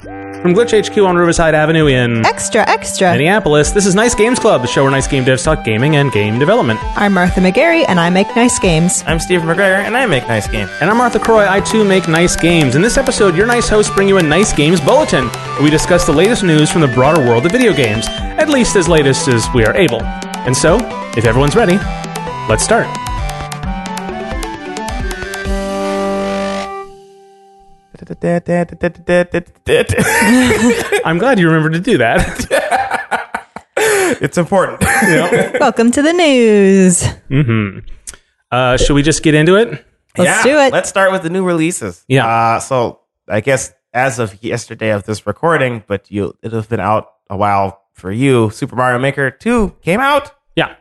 From Glitch HQ on Riverside Avenue in Extra, extra. Minneapolis, this is Nice Games Club, the show where nice game devs talk gaming and game development. I'm Martha McGarry, and I make nice games. I'm Steve McGregor, and I make nice games. And I'm Arthur Croy. I too make nice games. In this episode, your nice hosts bring you a Nice Games Bulletin, where we discuss the latest news from the broader world of video games, at least as latest as we are able. And so, if everyone's ready, let's start. it's I'm glad you remembered to do that. important. Welcome to the news. Uh, should we just get into it? Let's do it. Let's start with the new releases. Yeah. Uh, so I guess as of yesterday of this recording, but you it'll have been out a while for you. Super Mario Maker 2 came out. Yeah.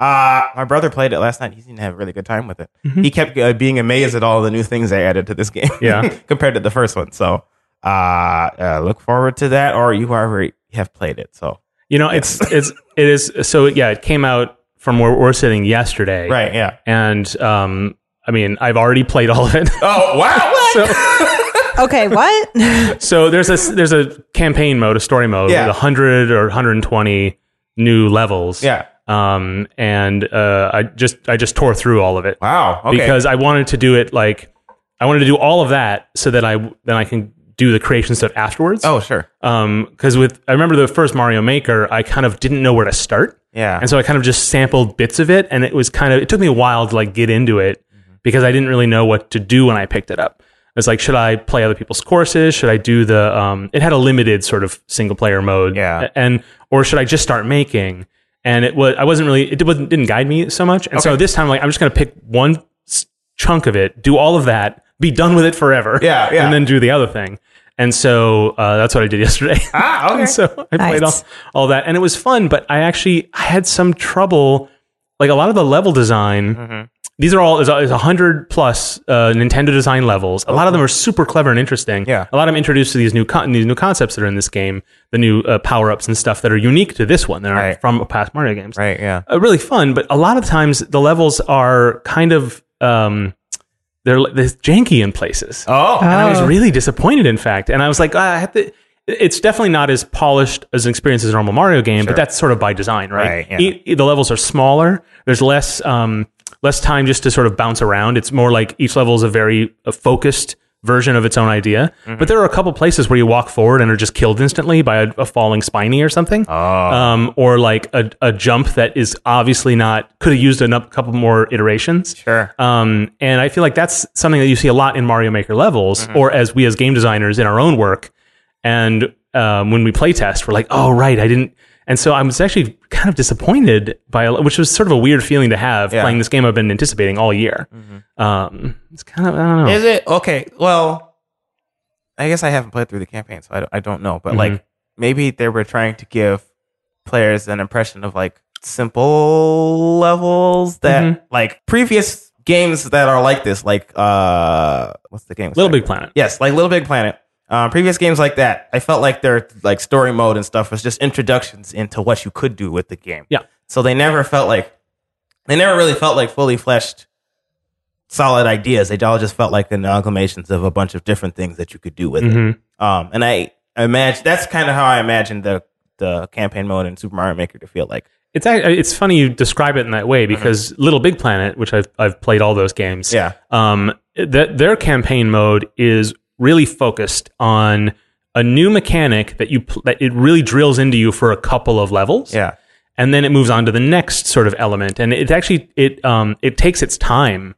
Uh, my brother played it last night. He seemed to have a really good time with it. Mm-hmm. He kept uh, being amazed at all the new things they added to this game. Yeah. compared to the first one. So uh, uh, look forward to that, or you already have played it. So You know, it's it's it is so yeah, it came out from where we're sitting yesterday. right, yeah. And um I mean, I've already played all of it. Oh wow! so Okay, what? so there's a there's a campaign mode, a story mode Yeah. with 100 or 120 new levels. yeah. Um and uh I just I just tore through all of it Wow. Okay. because I wanted to do it like I wanted to do all of that so that I then I can do the creation stuff afterwards. oh sure. Um, because with I remember the first Mario Maker, I kind of didn't know where to start, Yeah. and so I kind of just sampled bits of it, and it was kind of it took me a while to like get into it Mm-hmm. because I didn't really know what to do when I picked it up. It's like, should I play other people's courses? Should I do the? Um, it had a limited sort of single player mode, Yeah. and or should I just start making? And it was I wasn't really it wasn't didn't guide me so much, and so this time like I'm just gonna pick one s- chunk of it, do all of that, be done with it forever, Yeah, yeah. and then do the other thing. And so uh, that's what I did yesterday. ah, okay. And so I played all, Nice. all that, and it was fun. But I actually I had some trouble, like a lot of the level design. Mm-hmm. These are all is a hundred plus uh, Nintendo design levels. A lot of them are super clever and interesting. Oh. Yeah. a lot of them introduced to these new con- these new concepts that are in this game, the new uh, power ups and stuff that are unique to this one that aren't Right. from past Mario games Right. Yeah. uh, really fun, but a lot of times the levels are kind of um, they're, they're janky in places. Oh. And I was Oh. really disappointed, in fact. And I was like, ah, I have to. It's definitely not as polished as an experience as a normal Mario game, but that's sort of by design, right? Right, yeah. E- e- the levels are smaller. There's less um, less time just to sort of bounce around. It's more like each level is a very uh focused version of its own idea. Mm-hmm. But there are a couple places where you walk forward and are just killed instantly by a, a falling spiny or something Oh. um, or like a, a jump that is obviously not could have used a nu- couple more iterations. Sure. Um, and I feel like that's something that you see a lot in Mario Maker levels, Mm-hmm. or as we as game designers in our own work. And um, when we play test, we're like, oh right, I didn't. And so I was actually kind of disappointed by, a- which was sort of a weird feeling to have Yeah. playing this game I've been anticipating all year. Um, it's kind of I don't know. Is it okay? Well, I guess I haven't played through the campaign, so I don't, I don't know. But like, maybe they were trying to give players an impression of like simple levels that like previous games that are like this, like uh, what's the game? Little Big Planet. Yes, like Little Big Planet. Uh, previous games like that, I felt like their like story mode and stuff was just introductions into what you could do with the game. Yeah. So they never felt like they never really felt like fully fleshed, solid ideas. They all just felt like amalgamations of a bunch of different things that you could do with Mhm. it. Um, and I imagine that's kind of how I imagined the the campaign mode in Super Mario Maker to feel like. It's act- it's funny you describe it in that way because Little Big Planet, which I've I've played all those games. Mm-hmm. Yeah. Um, that their campaign mode is really focused on a new mechanic that you pl- that it really drills into you for a couple of levels. Yeah. And then it moves on to the next sort of element, and it actually it um it takes its time,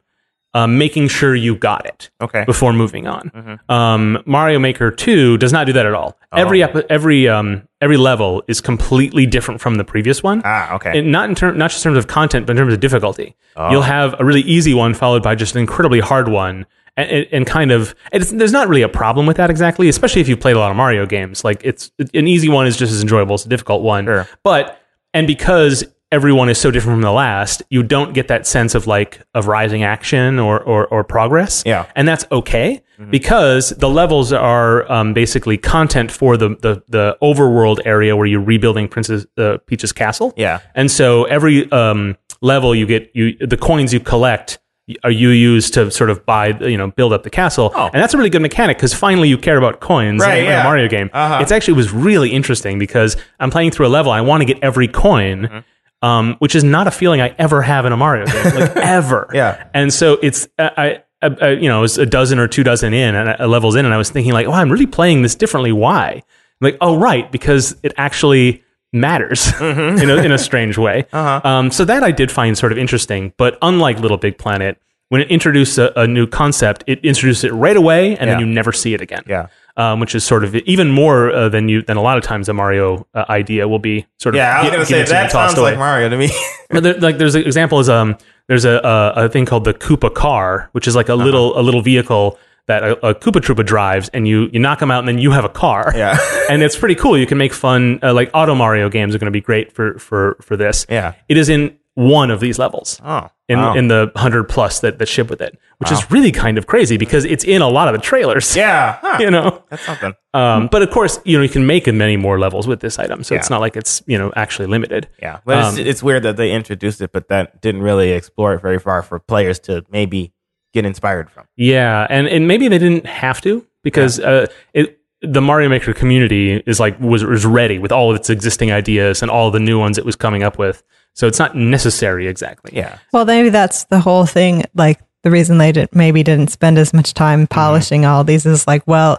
uh, making sure you got it Okay. Mm-hmm. before moving on. Um, Mario Maker Two does not do that at all. Oh. Every ep- every um every level is completely different from the previous one Ah. Okay. Oh. and not in term, not just in terms of content, but in terms of difficulty. You'll have a really easy one followed by just an incredibly hard one, and, and, and kind of and it's, there's not really a problem with that exactly, especially if you've played a lot of Mario games. Like it's an easy one is just as enjoyable as a difficult one, Sure. but and because everyone is so different from the last, you don't get that sense of like of rising action or or, or progress. Yeah. Mm-hmm. and that's okay because the levels are um, basically content for the, the the overworld area where you're rebuilding Princess uh, Peach's castle. Yeah. And so every um, level you get you the coins you collect are you use to sort of buy, you know, build up the castle. Oh. And that's a really good mechanic because finally you care about coins Right, in, in yeah. a Mario game. Uh-huh. It's actually was really interesting because I'm playing through a level. I want to get every coin. Mm-hmm. Um, which is not a feeling I ever have in a Mario game, like ever. Yeah. And so it's I, I, I you know, it was a dozen or two dozen in and I, uh, levels in, and I was thinking like, oh, I'm really playing this differently. Why? I'm like, oh, right, because it actually matters Mm-hmm. in, a, in a strange way. Uh-huh. Um, so that I did find sort of interesting, but unlike Little Big Planet, when it introduced a, a new concept, it introduced it right away, and then Yeah. you never see it again. Yeah. Um, which is sort of even more uh, than you than a lot of times a Mario uh, idea will be sort of Yeah, I was gi- gonna say given to you that and tossed sounds away. like Mario to me. But there, like there's an example is um there's a, a a thing called the Koopa car, which is like a Uh-huh. little a little vehicle that a, a Koopa Troopa drives, and you you knock them out, and then you have a car. Yeah. and it's pretty cool. You can make fun uh, like Auto Mario games are going to be great for for for this. Yeah. it is in one of these levels. Oh, In, wow. in the hundred plus that, that ship with it, which is really kind of crazy because it's in a lot of the trailers. yeah, huh, you know. that's something. Um, but of course, you know you can make many more levels with this item, so it's Hmm. Yeah. not like it's you know actually limited. Yeah, but Um, it's, it's weird that they introduced it, but that didn't really explore it very far for players to maybe get inspired from. Yeah, and and maybe they didn't have to because uh, it the Mario Maker community is like was was ready with all of its existing ideas and all the new ones it was coming up with. So it's not necessary exactly. Yeah, Well, maybe that's the whole thing. Like the reason they did, maybe didn't spend as much Mm-hmm. time polishing all these is like, well,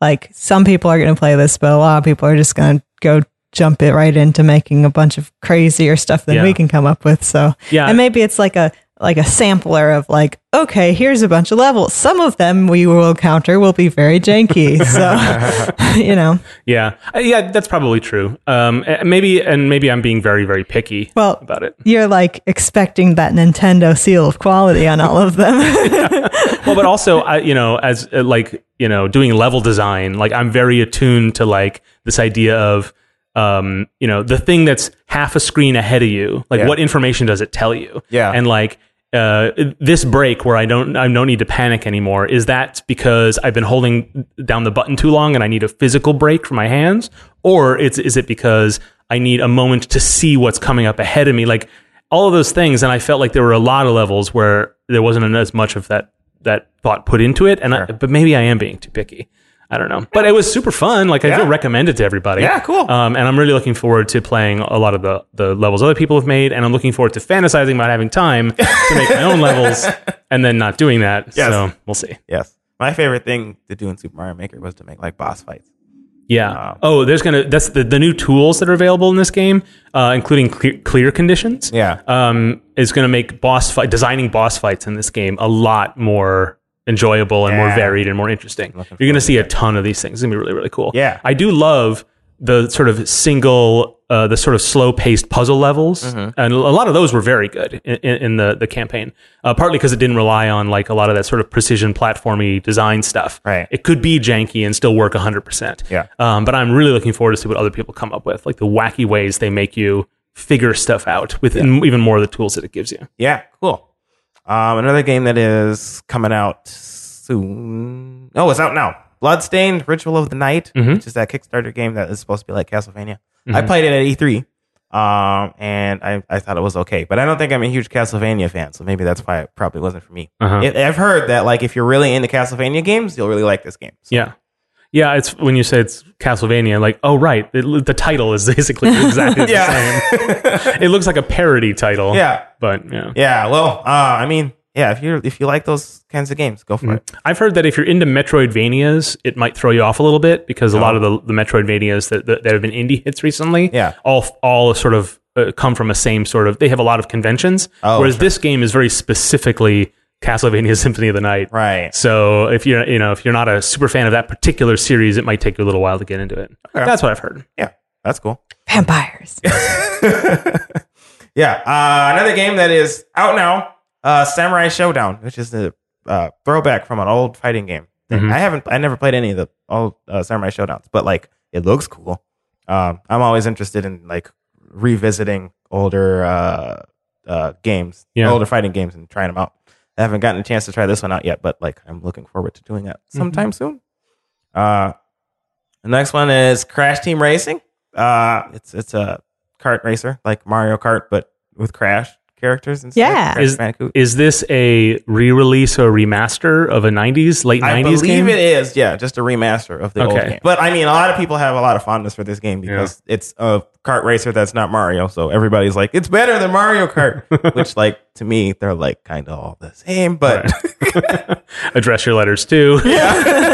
like some people are going to play this, but a lot of people are just going to go jump it right into making a bunch of crazier stuff than Yeah. we can come up with. So Yeah. and maybe it's like a like a sampler of like, okay, here's a bunch of levels. Some of them we will encounter will be very janky. so you know, yeah, Uh, yeah. That's probably true. Um, a- maybe and maybe I'm being very very picky well. about it. You're like expecting that Nintendo seal of quality on all of them. well, but also, I, you know, as uh, like you know, doing level design, like I'm very attuned to like this idea of, um, you know, the thing that's half a screen ahead of you. Like, Yeah. what information does it tell you? Yeah. and like. Uh, this break where I don't I don't need to panic anymore is that because I've been holding down the button too long and I need a physical break for my hands or it's is it because I need a moment to see what's coming up ahead of me like all of those things and I felt like there were a lot of levels where there wasn't as much of that that thought put into it. And I, but maybe I am being too picky. I don't know. But it was super fun. Like I do recommend it to everybody. Yeah, cool. Um, and I'm really looking forward to playing a lot of the the levels other people have made, and I'm looking forward to fantasizing about having time to make my own levels and then not doing that. Yes. So we'll see. yes. My favorite thing to do in Super Mario Maker was to make like boss fights. Yeah. Wow. Oh, there's gonna that's the, the new tools that are available in this game, uh, including clear, clear conditions. Yeah. Um, is gonna make boss fight designing boss fights in this game a lot more enjoyable and more Yeah. varied and more interesting. You're gonna see a ton of these things. It's gonna be really really cool. Yeah. I do love the sort of single, uh, the sort of slow paced puzzle levels, Mm-hmm. and a lot of those were very good in, in, in the the campaign. Uh, partly because it didn't rely on like a lot of that sort of precision platformy design stuff. Right. It could be janky and still work 100%. Yeah. Um, but I'm really looking forward to see what other people come up with, like the wacky ways they make you figure stuff out with m- even more of the tools that it gives you. Yeah, cool. Um, another game that is coming out soon. Oh, it's out now. Bloodstained Ritual of the Night, which is that Kickstarter game that is supposed to be like Castlevania. I played it at E3, um, and I, I thought it was okay, but I don't think I'm a huge Castlevania fan, so maybe that's why it probably wasn't for me. Uh-huh. It, I've heard that like if you're really into Castlevania games, you'll really like this game. So, Yeah. Yeah, it's when you say it's Castlevania, like, oh, right. It, the title is basically exactly the Yeah. same. It looks like a parody title. Yeah. But yeah. yeah. Well, uh, I mean, yeah, if you if you like those kinds of games, go for it. I've heard that if you're into Metroidvanias, it might throw you off a little bit because a lot of the, the Metroidvanias that, that, that have been indie hits recently, Oh. Yeah. all all sort of uh, come from a same sort of. They have a lot of conventions, Oh, whereas sure. this game is very specifically Castlevania Symphony of the Night. Right. So if you're you know if you're not a super fan of that particular series, it might take you a little while to get into it. That's what I've heard. Yeah, that's cool. Vampires. Yeah. Uh, another game that is out now, uh, Samurai Showdown, which is the uh, throwback from an old fighting game. I haven't, I never played any of the old uh, Samurai Showdowns, but like it looks cool. Um, I'm always interested in like revisiting older uh, uh, games, Yeah. older fighting games, and trying them out. I haven't gotten a chance to try this one out yet, but like I'm looking forward to doing that sometime soon. Uh, the next one is Crash Team Racing. Uh, it's it's a kart racer like Mario Kart, but with Crash. characters and stuff. Yeah. Crash Is- Bandicoot. Is this a re-release or remaster of a '90s, late '90s I believe game? it is, yeah, just a remaster of the old Okay. game. But I mean, a lot of people have a lot of fondness for this game because it's a kart racer that's not Mario. So everybody's like, it's better than Mario Kart, which, like, to me, they're like kind of all the same. But Address your letters too.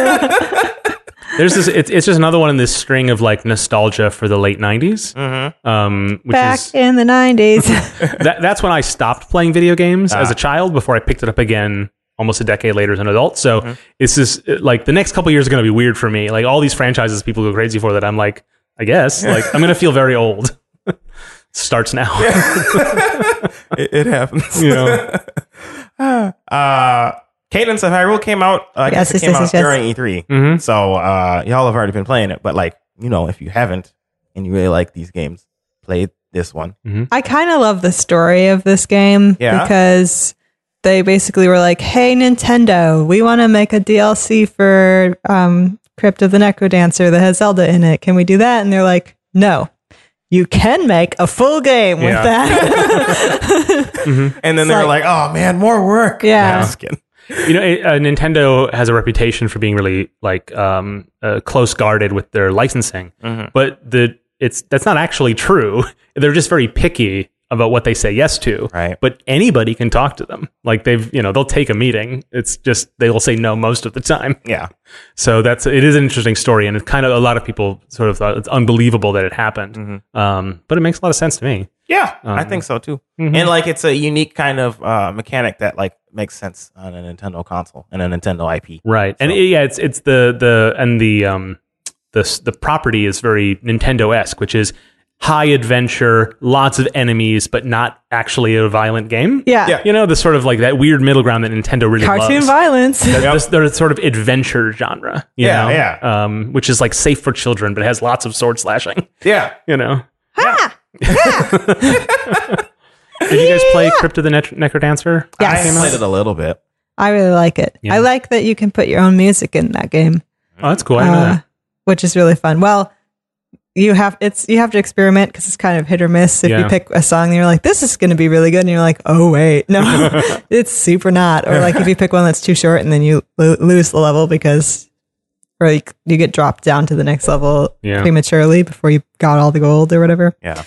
There's this. It's, it's just another one in this string of like nostalgia for the late '90s. Um, which Back is in the 90s. that, that's when I stopped playing video games as a child before I picked it up again almost a decade later as an adult. So it's just uh, like the next couple years are going to be weird for me. Like all these franchises people go crazy for that I'm like, I guess, like I'm going to feel very old. Starts now. it, it happens. You know? Uh, Cadence of Hyrule came out. Uh, I Yes, yes, guess it came yes, out yes, yes. during E3. Mhm. So uh, y'all have already been playing it. But like, you know, if you haven't and you really like these games, play this one. I kind of love the story of this game Yeah? because they basically were like, "Hey Nintendo, we want to make a DLC for um, Crypt of the Necrodancer that has Zelda in it. Can we do that?" And they're like, "No, you can make a full game Yeah. with that." And then they're like, oh man, more work. Yeah. Nah, I'm just kidding. you know, it, uh, Nintendo has a reputation for being really like um, uh, close guarded with their licensing, but the it's that's not actually true. They're just very picky about what they say yes to. Right. But anybody can talk to them. Like they've, you know, they'll take a meeting. It's just they will say no most of the time. Yeah. So that's it is an interesting story, and it's kind of a lot of people sort of thought it's unbelievable that it happened. Um, but it makes a lot of sense to me. Yeah, I think so too. And like, it's a unique kind of uh, mechanic that like makes sense on a Nintendo console and a Nintendo IP. right and it- yeah it's it's the the and the um the s- the property is very nintendo-esque which is high adventure lots of enemies but not actually a violent game yeah. Yeah. you know the sort of like that weird middle ground that nintendo really Cartoon loves violence. This- their sort of adventure genre you Yeah, know yeah. um which is like safe for children but has lots of sword slashing Yeah, you know did you guys play crypt of the Net- necrodancer I Yes. played it a little bit. I really like it. Yeah. I like that you can put your own music in that game. oh that's cool I didn't know uh, that. which is really fun. Well, you have it's you have to experiment because it's kind of hit or miss. If Yeah. you pick a song and you're like, "This is going to be really good," and you're like, "Oh wait, no, it's super not." Or like if you pick one that's too short and then you lo- lose the level because, or like you get dropped down to the next level Yeah. prematurely before you got all the gold or whatever. Yeah,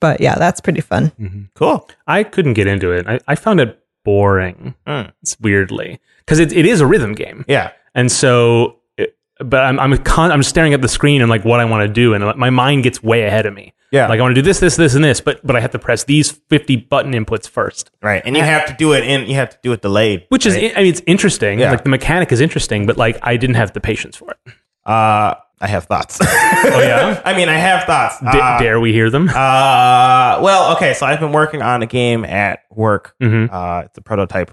But yeah, that's pretty fun. cool. I couldn't get into it. I, I found it boring. Mm. It's weirdly because it, it is a rhythm game, Yeah, and so. it- But I'm I'm con- I'm staring at the screen and like what I want to do, and my mind gets way ahead of me. Yeah. like I want to do this, this, this, and this, but but I have to press these 50 button inputs first, right. And you have to do it in. You have to do it delayed. which is I mean it's interesting. Yeah. Like the mechanic is interesting, but like I didn't have the patience for it. Uh, I have thoughts. oh yeah? I mean, I have thoughts. D- uh, dare we hear them? uh, well, okay. So I've been working on a game at work. Mhm. Uh, it's a prototype,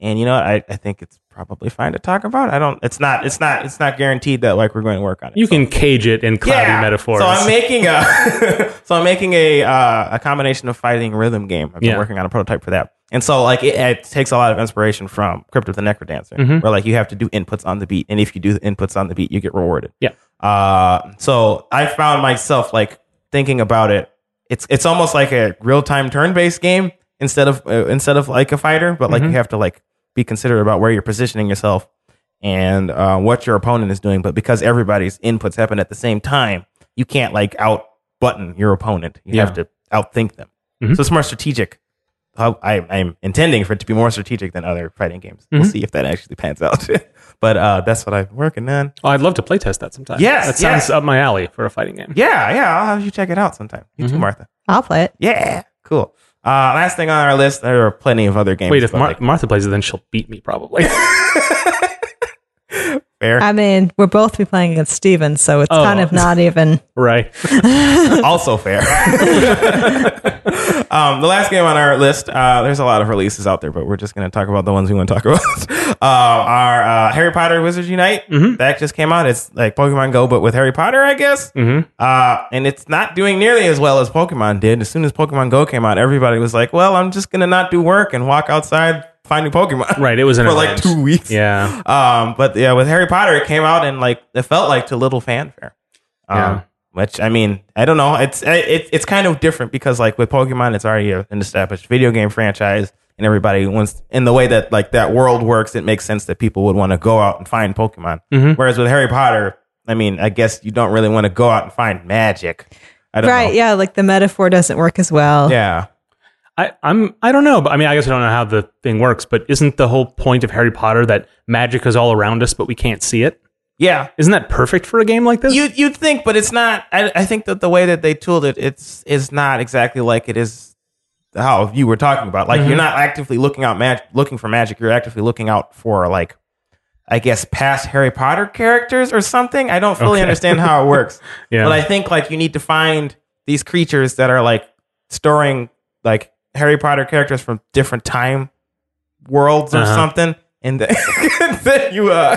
and you know what? I, I think it's probably fine to talk about. I don't. It's not. It's not. It's not guaranteed that like we're going to work on it. you can cage it in cloudy metaphors. So I'm making a so I'm making a uh, a combination of fighting rhythm game. I've been Yeah. working on a prototype for that. And so like it, it takes a lot of inspiration from Crypt of the Necrodancer, Mm-hmm. where like you have to do inputs on the beat, and if you do the inputs on the beat, you get rewarded. Yeah. Uh, so I found myself like thinking about it. It's it's almost like a real time turn based game instead of uh, instead of like a fighter, but Mm-hmm. like you have to like be considerate about where you're positioning yourself and uh, what your opponent is doing. But because everybody's inputs happen at the same time, you can't like out button your opponent. You Yeah. have to outthink them. Mhm. So it's more strategic. How- I, I'm intending for it to be more strategic than other fighting games. We'll see if that actually pans out. but uh, that's what I'm working on. oh, I'd love to playtest that sometime. Yes, that sounds yes. up my alley for a fighting game. Yeah, yeah. I'll have you check it out sometime. You too, Martha. I'll play it. Yeah, Mm-hmm. cool. Uh, last thing on our list, there are plenty of other games. Wait, if but, Mar- like, Martha plays it, then she'll beat me probably. fair. I mean, we're both be playing against Steven, so it's Oh. kind of not even. right. also fair. um, the last game on our list, uh, there's a lot of releases out there, but we're just going to talk about the ones we want to talk about. uh, our uh, Harry Potter Wizards Unite Mm-hmm. that just came out. It's like Pokemon Go, but with Harry Potter, I guess. Mm-hmm. Uh, and it's not doing nearly as well as Pokemon did. As soon as Pokemon Go came out, everybody was like, "Well, I'm just going to not do work and walk outside finding Pokemon." Right, it was an for like event. two weeks. Yeah. Um, but yeah, with Harry Potter, it came out and like it felt like to little fanfare. Um, Yeah. Which I mean, I don't know. It's I- it, it's kind of different because like with Pokemon, it's already a- an established video game franchise, and everybody wants in the way that like that world works. It makes sense that people would want to go out and find Pokemon. Whereas with Harry Potter, I mean, I guess you don't really want to go out and find magic. I don't right. know. Yeah. Like the metaphor doesn't work as well. Yeah. I, I'm I don't know, but I mean I guess I don't know how the thing works, but isn't the whole point of Harry Potter that magic is all around us but we can't see it? Yeah. Isn't that perfect for a game like this? You you'd think, but it's not. I, I think that the way that they tooled it, it's is not exactly like it is how you were talking about. Like Mm-hmm. you're not actively looking out mag- looking for magic. You're actively looking out for like, I guess past Harry Potter characters or something. I don't fully Okay. understand how it works, Yeah. but I think like you need to find these creatures that are like storing like Harry Potter characters from different time worlds or Uh-huh. something, and then, then you uh,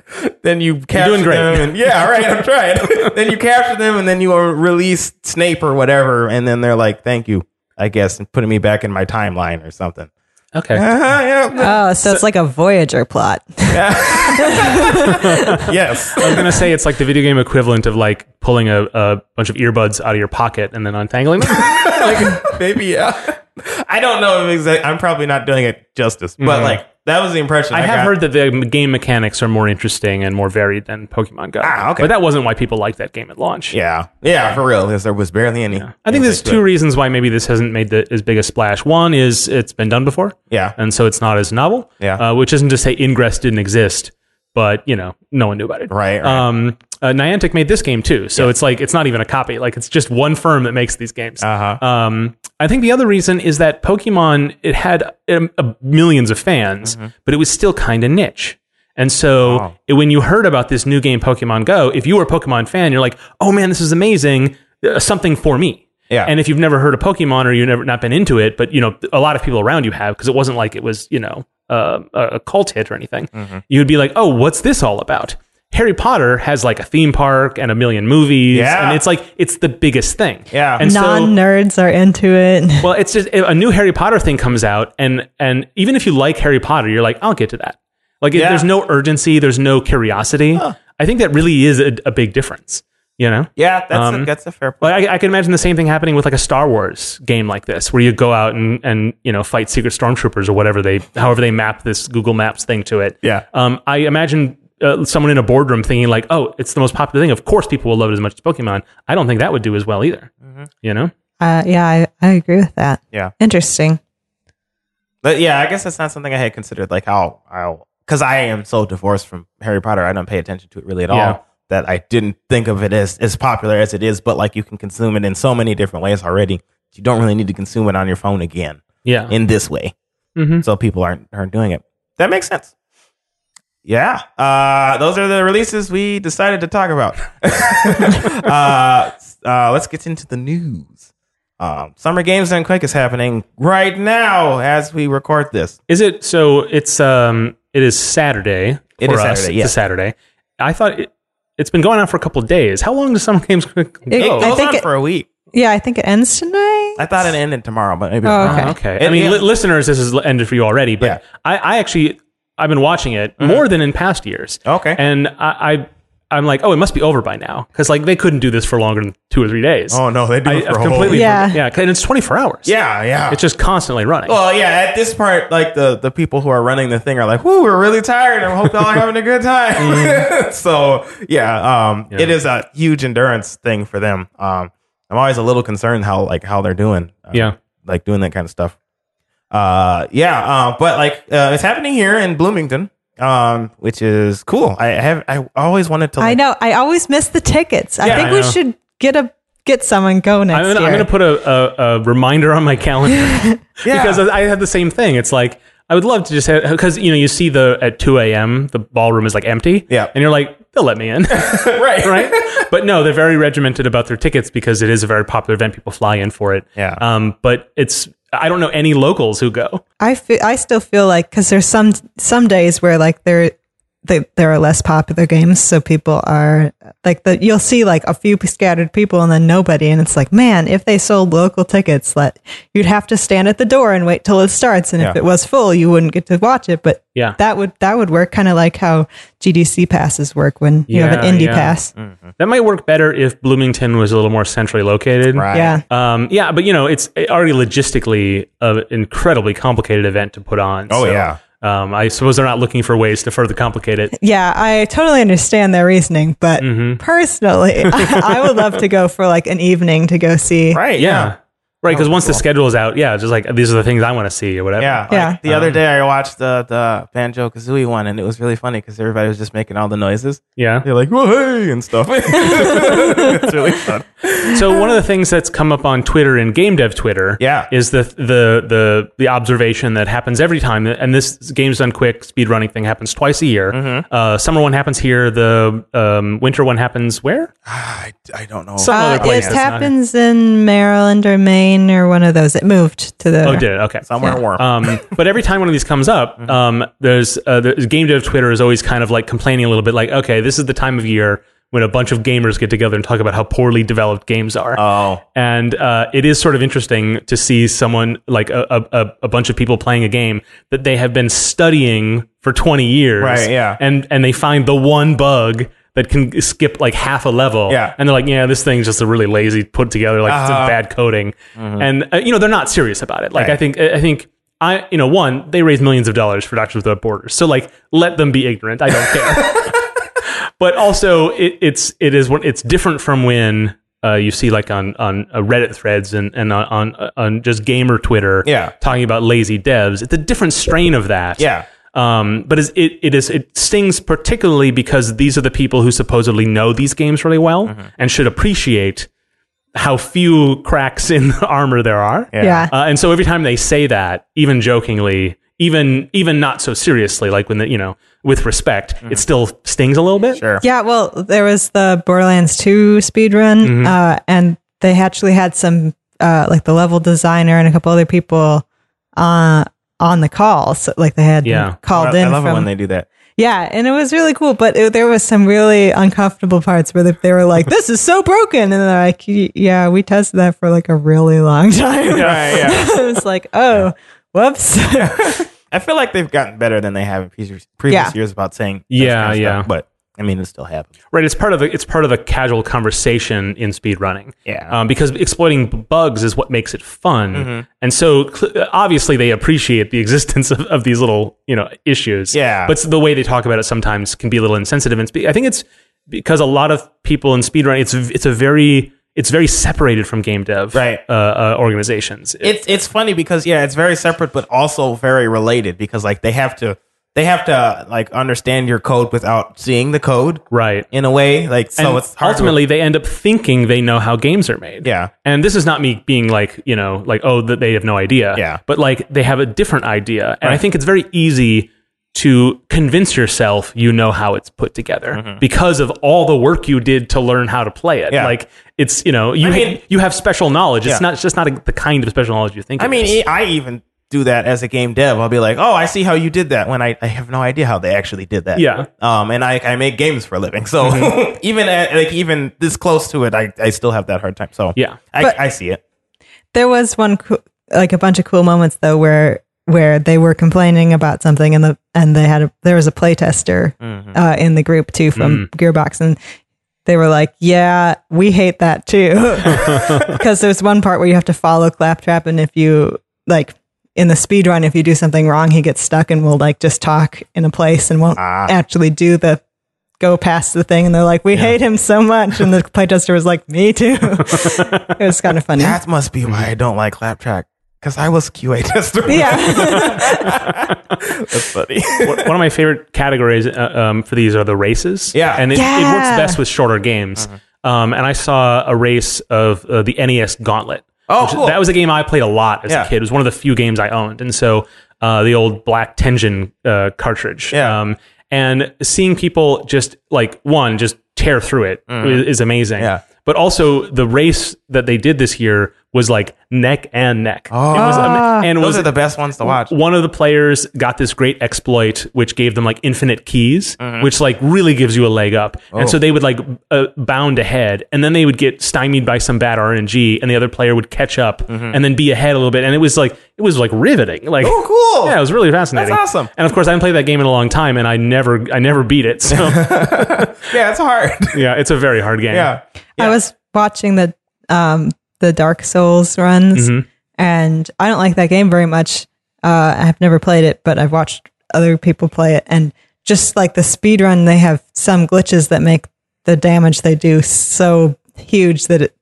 then you capture doing great. them. And, yeah, right. I'm trying. then you capture them, and then you uh, release Snape or whatever, and then they're like, "Thank you." I guess and putting me back in my timeline or something. okay. yeah. Oh, so, it's like a Voyager plot. Yes. I was gonna say it's like the video game equivalent of like pulling a, a bunch of earbuds out of your pocket and then untangling them. like maybe yeah. I don't know if exactly. I'm probably not doing it justice, but like that was the impression I, Mm-hmm. I got. have heard that the m- game mechanics are more interesting and more varied than Pokemon Go. Ah, okay. But that wasn't why people liked that game at launch. Yeah, yeah, for real. Because there was barely any. I think there's music, two reasons why maybe this hasn't made the, as big a splash. One is it's been done before, but- Yeah, and so it's not as novel. Yeah. Uh, which isn't to say Ingress didn't exist, but you know, no one knew about it. right. right. Um, uh, Niantic made this game too, so it's like it's not even a copy. Like it's just one firm that makes these games. Uh-huh. Um, I think the other reason is that Pokemon it had um, uh, millions of fans, but it was still kind of niche. And so Mm-hmm. Wow. it- when you heard about this new game Pokemon Go, if you were a Pokemon fan, you're like, "Oh man, this is amazing! Uh, something for me." Yeah. And if you've never heard of Pokemon or you've never not been into it, but you know a lot of people around you have because it wasn't like it was you know uh, a a cult hit or anything, Mm-hmm. you'd be like, "Oh, what's this all about?" Harry Potter has like a theme park and a million movies, Yeah. and it's like it's the biggest thing. Yeah. and so Non nerds are into it. well, it's just a new Harry Potter thing comes out, and and even if you like Harry Potter, you're like, I'll get to that. Like, it- Yeah. there's no urgency, there's no curiosity. I think that really is a, a big difference. You know, yeah, that's a, um, that's a fair point. like I, I can imagine the same thing happening with like a Star Wars game like this, where you go out and and you know fight secret stormtroopers or whatever they, however they map this Google Maps thing to it. Yeah. Um, I imagine. Uh, someone in a boardroom thinking like, "Oh, it's the most popular thing. Of course, people will love it as much as Pokemon." I don't think that would do as well either. Mm-hmm. You know? Uh, yeah, I, I agree with that. Yeah. Interesting. But yeah, I guess that's not something I had considered. Like how I'll because I am so divorced from Harry Potter, I don't pay attention to it really at Yeah. all. That I didn't think of it as as popular as it is. But like you can consume it in so many different ways already. You don't really need to consume it on your phone again Yeah. in this way. Mhm. So people aren't aren't doing it. That makes sense. Yeah, uh, those are the releases we decided to talk about. uh, uh, let's get into the news. Um, Summer Games Done Quick is happening right now as we record this. Is it so? It's um, it is Saturday. It for is us. Saturday, It's yeah. a Saturday. I thought it, it's been going on for a couple of days. How long does some games go? It- It Oh. I goes think on it- for a week. Yeah, I think it ends tonight. I thought it ended tomorrow, but maybe. Oh, not. Ah, okay. I mean, It- li- listeners, this has ended for you already, but Yeah. Mm-hmm. I, I actually I've been watching it more than in past years. Okay. and I, I I'm like, oh, it must be over by now because like they couldn't do this for longer than two or three days. Oh no, they do I, it for I've a whole completely week. Yeah. forgot- yeah, and it's 24 hours. yeah, Oh. yeah. it's just constantly running. Well, yeah, at this part, like the the people who are running the thing are like, "Whoo, we're really tired, and hope y'all are having a good time." so, Mm-hmm. yeah, um, it is a huge endurance thing for them. Um, I'm always a little concerned how like how they're doing. uh, Yeah. like doing that kind of stuff. Uh, yeah, uh, but like uh, it's happening here in Bloomington, um, which is cool. I have I always wanted to. Like, I know. I always miss the tickets. I Yeah, think I we know. should get a get some and go next I'm gonna, year. I'm gonna put a, a, a reminder on my calendar Yeah. because I had the same thing. It's like I would love to just have because you know you see the at 2 a.m. the ballroom is like empty, Yeah. and you're like they'll let me in, right, right? But no, they're very regimented about their tickets because it is a very popular event. People fly in for it, Yeah. Um, but it's I don't know any locals who go. I feel, I still feel like because there's some some days where like there they, there are less popular games, so people are like the you'll see like a few scattered people and then nobody, and it's like man, if they sold local tickets, let you'd have to stand at the door and wait till it starts, and if Yeah. it was full, you wouldn't get to watch it. But Yeah. that would that would work kind of like how GDC passes work when you have Yeah, Mm. an indie yeah. pass. That might work better if Bloomington was a little more centrally located. Right. Yeah. Um, yeah, but you know, it's already logistically an incredibly complicated event to put on. Oh, so, yeah. Um, I suppose they're not looking for ways to further complicate it. Yeah, I totally understand their reasoning, but Mm-hmm. personally, I, I would love to go for like an evening to go see. Right. Yeah. Yeah. Right, because once the schedule is out, yeah, just like these are the things I want to see or whatever. Yeah. Yeah. The other day I watched the the Banjo Kazooie one and it was really funny because everybody was just making all the noises. Yeah. They're like, "Whoa, hey!" and stuff. it's really fun. So one of the things that's come up on Twitter and game dev Twitter, Yeah. is the the the the observation that happens every time, and this games done quick speed running thing happens twice a year. Mm-hmm. Uh, summer one happens here, the um, winter one happens where? I, I don't know. Some Uh, other place. it that's not- happens in Maryland or Maine or one of those. It moved to the. Oh, did it? okay. Somewhere warm. Um, but every time one of these comes up, Mm-hmm. um, there's uh, the game dev Twitter is always kind of like complaining a little bit, like, okay, this is the time of year when a bunch of gamers get together and talk about how poorly developed games are. oh, and uh, it is sort of interesting to see someone like a, a- a, a bunch of people playing a game that they have been studying for 20 years Right, yeah. and and they find the one bug that can skip like half a level Yeah. and they're like yeah this thing's just a really lazy put together like it's Uh-huh. Mm-hmm. a bad coding and uh, you know they're not serious about it like i think i think i you know one they raise millions of dollars for doctors without borders so like let them be ignorant i don't care but also it, it's it is what it's different from when uh, you see like on on uh, Reddit threads and and uh, on on, on just gamer Twitter, Yeah. talking about lazy devs. It's a different strain of that, Yeah. Um, but it's, it it is it stings particularly because these are the people who supposedly know these games really well and should appreciate how few cracks in the armor there are. Yeah. Uh, and so every time they say that, even jokingly, even even not so seriously, like when the you know with respect, it still stings a little bit. Sure. Yeah, well, there was the Borderlands 2 speedrun, uh, and they actually had some, uh, like the level designer and a couple other people uh, on the call. So, like, they had Yeah. I, called I in. love it from, when they do that. yeah, and it was really cool, but it, there was some really uncomfortable parts where they, they were like, this is so broken. And they're like, "Y- yeah, we tested that for like a really long time. Right, yeah. it was like, oh, whoops. I feel like they've gotten better than they have in previous, Yeah. previous years about saying. those Yeah, kinds of yeah. stuff, but I mean, it still happens. Right, it's part of a, it's part of a casual conversation in speedrunning. Yeah. um, because exploiting b- bugs is what makes it fun, Mm-hmm. and so cl- uh, obviously they appreciate the existence of, of these little you know issues. Yeah. but the way they talk about it sometimes can be a little insensitive, and spe- I think it's because a lot of people in speedrunning it's v- it's a very it's very separated from game dev Right. uh, uh, organizations. it's it's funny because yeah, it's very separate but also very related because like they have to they have to like understand your code without seeing the code right. in a way. Like so, And it's hard to- ultimately they end up thinking they know how games are made. Yeah. And this is not me being like, you know, like, oh, that they have no idea. Yeah. But like they have a different idea. And I think it's very easy to convince yourself you know how it's put together because of all the work you did to learn how to play it. Mm-hmm. Yeah. Like it's, you know, you ha- mean- you have special knowledge. Yeah. It's not it's just not a, the kind of special knowledge you think. I it mean, is. e- I even do that as a game dev. I'll be like, oh, I see how you did that when I, I have no idea how they actually did that. Yeah. Mm-hmm. Um, and I, I make games for a living, so even at, like even this close to it, I, I still have that hard time. So Yeah. I, But- I see it. there was one coo- like a bunch of cool moments though where where they were complaining about something and the and they had a there was a playtester uh, in the group too from Gearbox and they were like yeah we hate that too because there's one part where you have to follow Claptrap and if you like in the speed run if you do something wrong he gets stuck and will like just talk in a place and won't actually do the go past the thing and they're like we hate him so much and the playtester was like me too it was kind of funny That must be why I don't like Claptrack because I was QA tester. yeah That's funny. One one of my favorite categories uh, um, for these are the races. Yeah. Uh-huh. and it, it works Yeah. best with shorter games. Um, and I saw a race of uh, the NES Gauntlet. Oh, cool. That was a game I played a lot as Yeah. a kid. It was one of the few games I owned, and so uh, the old black Tengen uh, cartridge. Yeah. Um, and seeing people just like one just tear through it is is amazing. Mm-hmm. Yeah. But also the race that they did this year was like neck and neck. Oh. it was, Ah. and Those was are the best ones to watch. one of the players got this great exploit which gave them like infinite keys Mm-hmm. which like really gives you a leg up and Oh. so they would like b- uh, bound ahead and then they would get stymied by some bad rng and the other player would catch up and then be ahead a little bit and it was like it was like riveting like Mm-hmm. Oh, cool. yeah it was really fascinating That's awesome. and of course i haven't played that game in a long time and i never i never beat it so Yeah, it's hard. yeah it's a very hard game yeah. I was watching the um the Dark Souls runs, and I don't like that game very much. Uh, I've never played it, but I've watched other people play it, and just like the speed run, they have some glitches that make the damage they do so huge that it.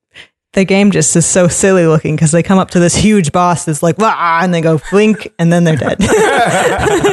The game just is so silly looking because they come up to this huge boss that's like, Wah! and they go blink, and then they're dead.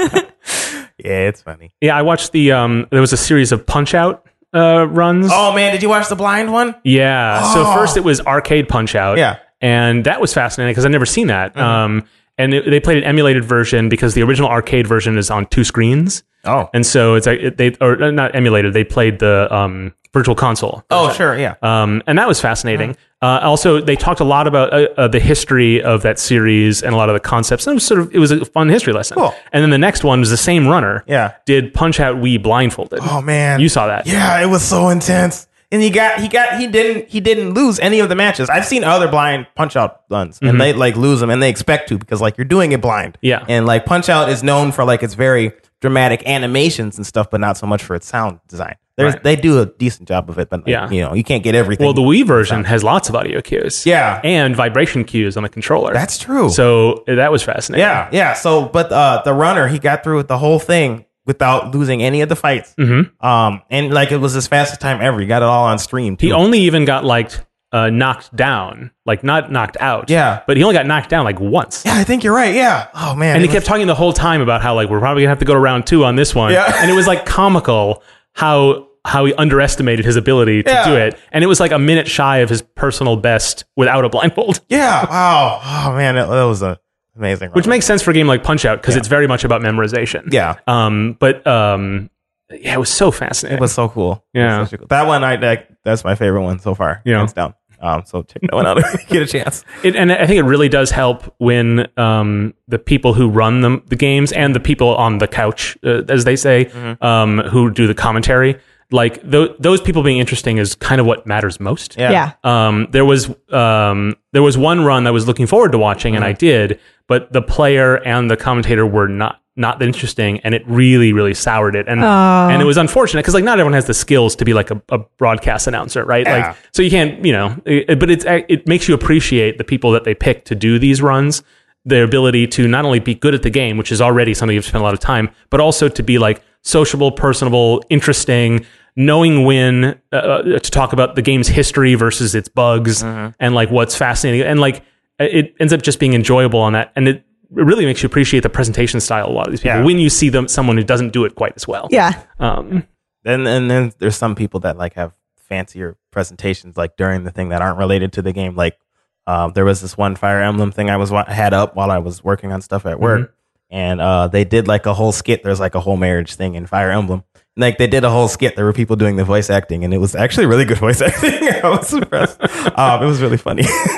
Yeah, it's funny. yeah i watched the um there was a series of punch out uh runs Oh man, did you watch the blind one? Yeah. So first it was Arcade Punch Out. Oh. Yeah. Mm-hmm. And that was fascinating because I'd never seen that. Um, and it, they played an emulated version because the original arcade version is on two screens. Oh. And so it's like it, they or uh, not emulated. They played the um, virtual console. Oh, sure, yeah. Um, and that was fascinating. Uh, also, they talked a lot about uh, uh, the history of that series and a lot of the concepts. And it was sort of it was a fun history lesson. Cool. And then the next one was the same runner. Yeah. Did Punch Out Wii blindfolded? Oh man. You saw that. Yeah, it was so intense. And he got he got he didn't he didn't lose any of the matches. I've seen other blind punch out runs and they like lose them and they expect to because like you're doing it blind. Mm-hmm. Yeah. And like punch out is known for like its very dramatic animations and stuff, but not so much for its sound design. There's Right. they do a decent job of it, but like, Yeah. you know, you can't get everything. Well, the Wii version has lots of audio cues. Yeah. And vibration cues on the controller. That's true. So uh, that was fascinating. yeah, yeah. So but uh the runner, he got through with the whole thing without losing any of the fights. Mm-hmm. Um and like it was his fastest time ever. He got it all on stream too. He only even got like uh, knocked down, like not knocked out. Yeah. But he only got knocked down like once. yeah, I think you're right. Yeah. Oh man. And it he kept talking the whole time about how like we're probably gonna have to go to round two on this one. Yeah. And it was like comical how how he underestimated his ability to Yeah. do it. And it was like a minute shy of his personal best without a blindfold. Yeah. Wow. Oh man, that, that was a amazing. Which run. makes sense for a game like Punch Out because it's very much about memorization. yeah, Um, but um, yeah, it was so fascinating. it was so cool. It Yeah. was such a cool- that one I like, that's my favorite one so far. Yeah. hands down. Um, so check that one out if you get a chance. It, and I think it really does help when um, the people who run the, the games and the people on the couch, uh, as they say, um, who do the commentary, like tho- those people being interesting is kind of what matters most. Yeah. yeah. Um, there was um, there was one run I was looking forward to watching, and I did, but the player and the commentator were not not that interesting, and it really really soured it, and and it was unfortunate because like not everyone has the skills to be like a, a broadcast announcer, right? Yeah. Like so you can't you know, it, but it's it makes you appreciate the people that they pick to do these runs. Their ability to not only be good at the game, which is already something you've spent a lot of time, but also to be like sociable, personable, interesting, knowing when uh, uh, to talk about the game's history versus its bugs and like what's fascinating and like it ends up just being enjoyable on that and it really makes you appreciate the presentation style of a lot of these people Yeah. when you see them someone who doesn't do it quite as well Yeah. um, And and then there's some people that like have fancier presentations like during the thing that aren't related to the game. Like, um, there was this one Fire Emblem thing I was wa- had up while I was working on stuff at work, and uh, they did like a whole skit. There's like a whole marriage thing in Fire Emblem. And, Like they did a whole skit. There were people doing the voice acting, and it was actually really good voice acting. I was impressed. um, it was really funny.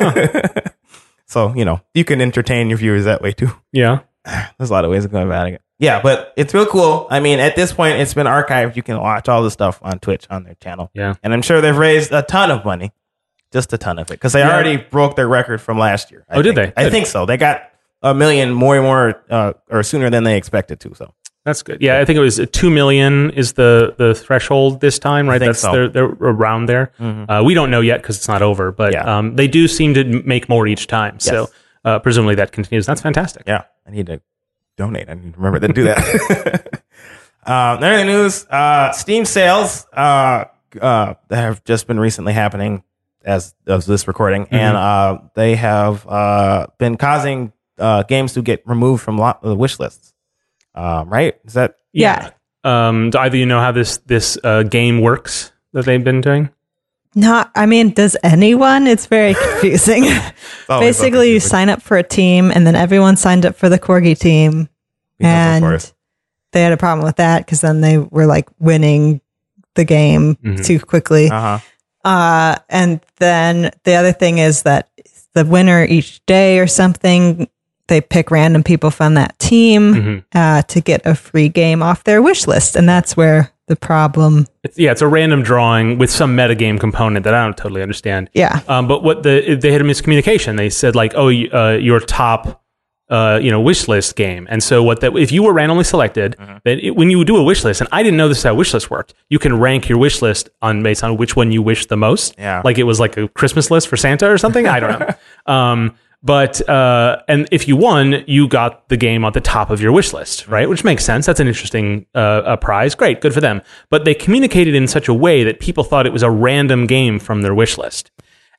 so you know, you can entertain your viewers that way too yeah there's a lot of ways of going about it. Yeah, but it's real cool. I mean, at this point, it's been archived. You can watch all the stuff on Twitch on their channel. Yeah. and I'm sure they've raised a ton of money, just a ton of it, because they Yeah. already broke their record from last year. I Oh, did think. they? I Good. think so. They got a million more and more, uh, or sooner than they expected to. So that's good yeah i think it was uh, 2 million is the the threshold this time right think that's so. Mm-hmm. they're, they're around there uh, we don't know yet because it's not over but Yeah. um, they do seem to m- make more each time so uh, presumably that continues that's fantastic yeah, I need to donate. I need to remember to do that. um, there in the news, uh, Steam sales uh, uh, that have just been recently happening as of this recording, and uh, they have uh, been causing uh, games to get removed from lot, uh, wish lists. Um, right? Is that Yeah. Um, do either you know how this this uh, game works that they've been doing? Not, I mean, does anyone? It's very confusing. always so Basically, you confusing. sign up for a team, and then everyone signed up for the Corgi team, Because, and of course. they had a problem with that because then they were like winning the game too quickly, Uh huh. Uh, and then the other thing is that the winner each day or something, they pick random people from that team uh, to get a free game off their wish list. And that's where the problem. It's, yeah, it's a random drawing with some metagame component that I don't totally understand. Yeah. Um, but what the they had a miscommunication. They said like, oh, you- uh, your top, uh, you know, wish list game. And so what that if you were randomly selected, then it, when you do a wish list, and I didn't know this is how wish list worked. You can rank your wish list on based on which one you wish the most. Yeah. Like it was like a Christmas list for Santa or something. I don't know. Um, but uh, and if you won, you got the game at the top of your wish list, right? Which makes sense. That's an interesting uh, a prize. Great, good for them. But they communicated in such a way that people thought it was a random game from their wish list.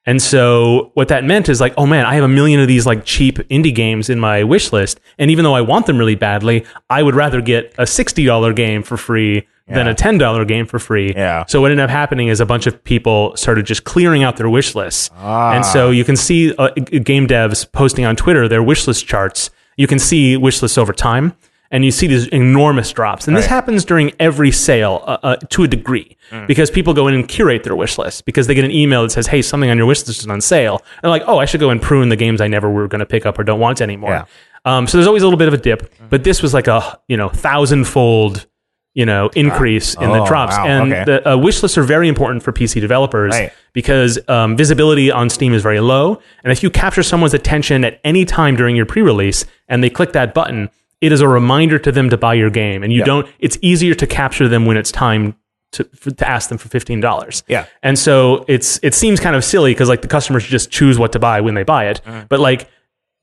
And so what that meant is like, oh man, I have a million of these like cheap indie games in my wish list, and even though I want them really badly, I would rather get a sixty dollar game for free than a ten dollar game for free. Yeah. So what ended up happening is a bunch of people started just clearing out their wish lists, Ah. and so you can see uh, g- game devs posting on Twitter their wish list charts. You can see wish lists over time, and you see these enormous drops. And this happens during every sale uh, uh, to a degree Mm. because people go in and curate their wish list because they get an email that says, "Hey, something on your wish list is on sale," and they're like, "Oh, I should go and prune the games I never were going to pick up or don't want anymore." Yeah. Mm. Um, so there's always a little bit of a dip, but this was like a you know thousandfold you know increase in the Oh, drops wow. and Okay. the uh, wish lists are very important for pc developers Right. because um, visibility on steam is very low and if you capture someone's attention at any time during your pre-release and they click that button it is a reminder to them to buy your game and you don't it's easier to capture them when it's time to, for, to ask them for $15 Yeah. and so it's it seems kind of silly because like the customers just choose what to buy when they buy it but like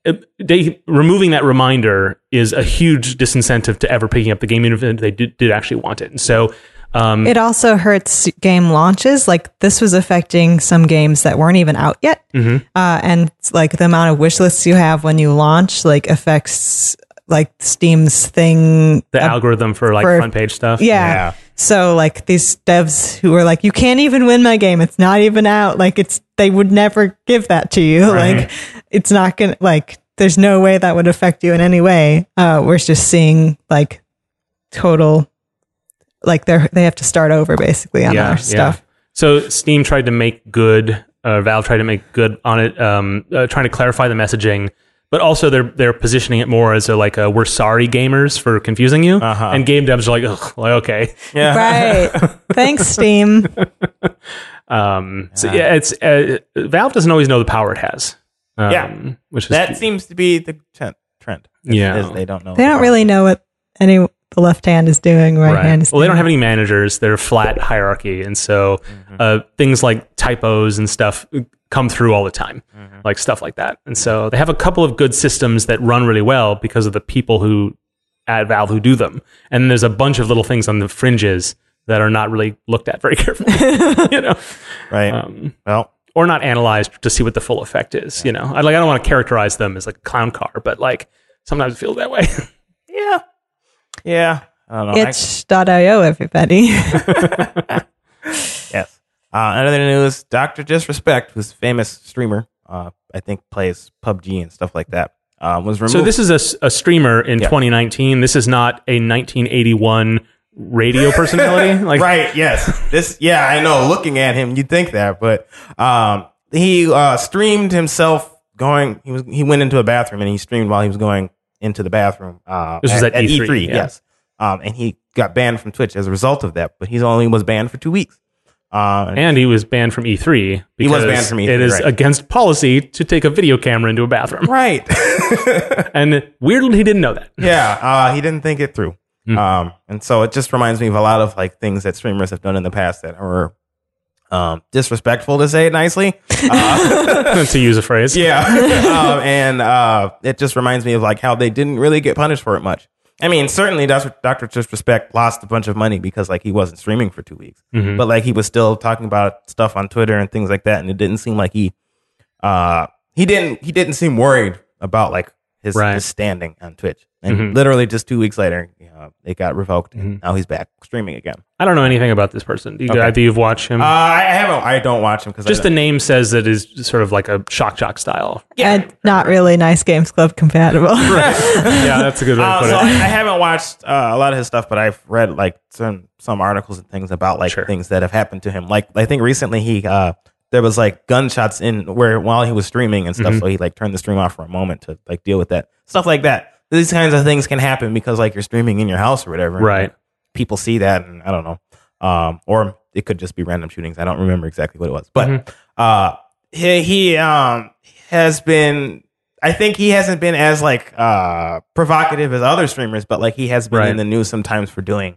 it- they removing that reminder is a huge disincentive to ever picking up the game even if they did, did actually want it. And so, um, It also hurts game launches. Like this was affecting some games that weren't even out yet, uh, and like the amount of wish lists you have when you launch, like affects like Steam's thing. the algorithm for like for- front page stuff. Yeah. Yeah. So like these devs who are like, you can't even win my game. It's not even out. Like it's they would never give that to you. Like it's not gonna like. There's no way that would affect you in any way. Uh, we're just seeing like total, like they're they have to start over basically on our stuff. So Steam tried to make good, uh, Valve tried to make good on it, um, uh, trying to clarify the messaging, but also they're they're positioning it more as a like a we're sorry gamers for confusing you, Uh-huh. and game devs are like, Ugh, like okay, Yeah. Right. Thanks, Steam. um, so yeah, it's uh, Valve doesn't always know the power it has. Um, Yeah. which is That seems to be the ten- trend. is- Yeah. is they don't know. They don't really know what any the left hand is doing, right, hand is Well, they don't doing. have any managers. They're flat hierarchy, and so uh, things like typos and stuff uh, come through all the time, like stuff like that. And so they have a couple of good systems that run really well because of the people who at Valve who do them. And there's a bunch of little things on the fringes that are not really looked at very carefully, you know, Right. um, well, or not analyzed to see what the full effect is. You know, I like I don't want to characterize them as like a clown car, but like sometimes it feels that way. yeah. Yeah. I don't know. I- itch.io, everybody. Yes. Uh, another news: Doctor Disrespect, who's a famous streamer, uh, I think plays PUBG and stuff like that, um, was removed. So this is a s- a, streamer in Yeah. 2019. This is not a 1981 radio personality. Like right? Yes. This. Yeah, I know. Looking at him, you'd think that, but um, he uh, streamed himself going. He was. He went into a bathroom and he streamed while he was going into the bathroom. Uh, This was at E3, yeah. Yes. Um, and he got banned from Twitch as a result of that, but he's only was banned for two weeks. Uh, and he was banned from E3. Because was banned from E3, It is right. against policy to take a video camera into a bathroom. right. And weirdly, he didn't know that. yeah, uh, he didn't think it through. Um, and so it just reminds me of a lot of like things that streamers have done in the past that are um, disrespectful to say it nicely. to use a phrase. Yeah, um, and uh, it just reminds me of like how they didn't really get punished for it much. I mean, certainly Doctor Disrespect lost a bunch of money because like he wasn't streaming for two weeks, Mm-hmm. but like he was still talking about stuff on Twitter and things like that, and it didn't seem like he uh, he didn't he didn't seem worried about like his, Right. his standing on Twitch. And Mhm. literally just two weeks later, uh, it got revoked, Mm-hmm. and now he's back streaming again. I don't know anything about this person. Do you, Okay. Either you've watched him. Uh, I haven't. I don't watch him because just the name says that is sort of like a shock jock style. And not really nice games club compatible. yeah, that's a good way to Uh, put so I it. haven't watched uh, a lot of his stuff, but I've read like some some articles and things about like Sure. things that have happened to him. Like I think recently he uh, there was like gunshots in where while he was streaming and Mm-hmm. stuff, so he like turned the stream off for a moment to like deal with that stuff like that. These kinds of things can happen because like you're streaming in your house or whatever, Right. People see that, and I don't know, um, or it could just be random shootings. I don't remember exactly what it was, but Mm-hmm. uh, he he um has been I think he hasn't been as like uh provocative as other streamers, but like he has been Right. in the news sometimes for doing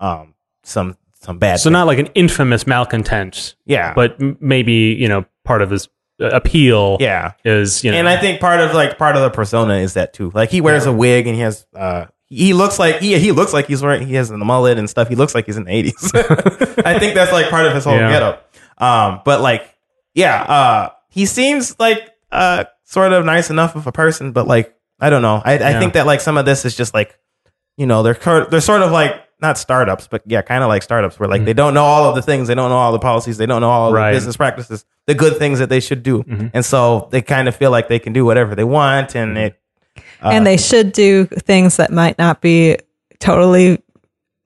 um some some bad. So not like an infamous malcontent, yeah, but m- maybe you know part of his uh, appeal yeah. is you know And I think part of like part of the persona is that too. Like he wears a wig and he has uh he looks like he he looks like he's wearing he has a mullet and stuff. He looks like he's in the eighties. I think that's like part of his whole Yeah. getup. Um, but like yeah, uh he seems like uh sort of nice enough of a person, but like I don't know. I, I Yeah. think that like some of this is just like you know they're cur- they're sort of like not startups, but yeah, kind of like startups where like they don't know all of the things, they don't know all the policies, they don't know all of Mm-hmm. Right. the business practices, the good things that they should do, Mhm. and so they kind of feel like they can do whatever they want, and it and Uh, they should do things that might not be totally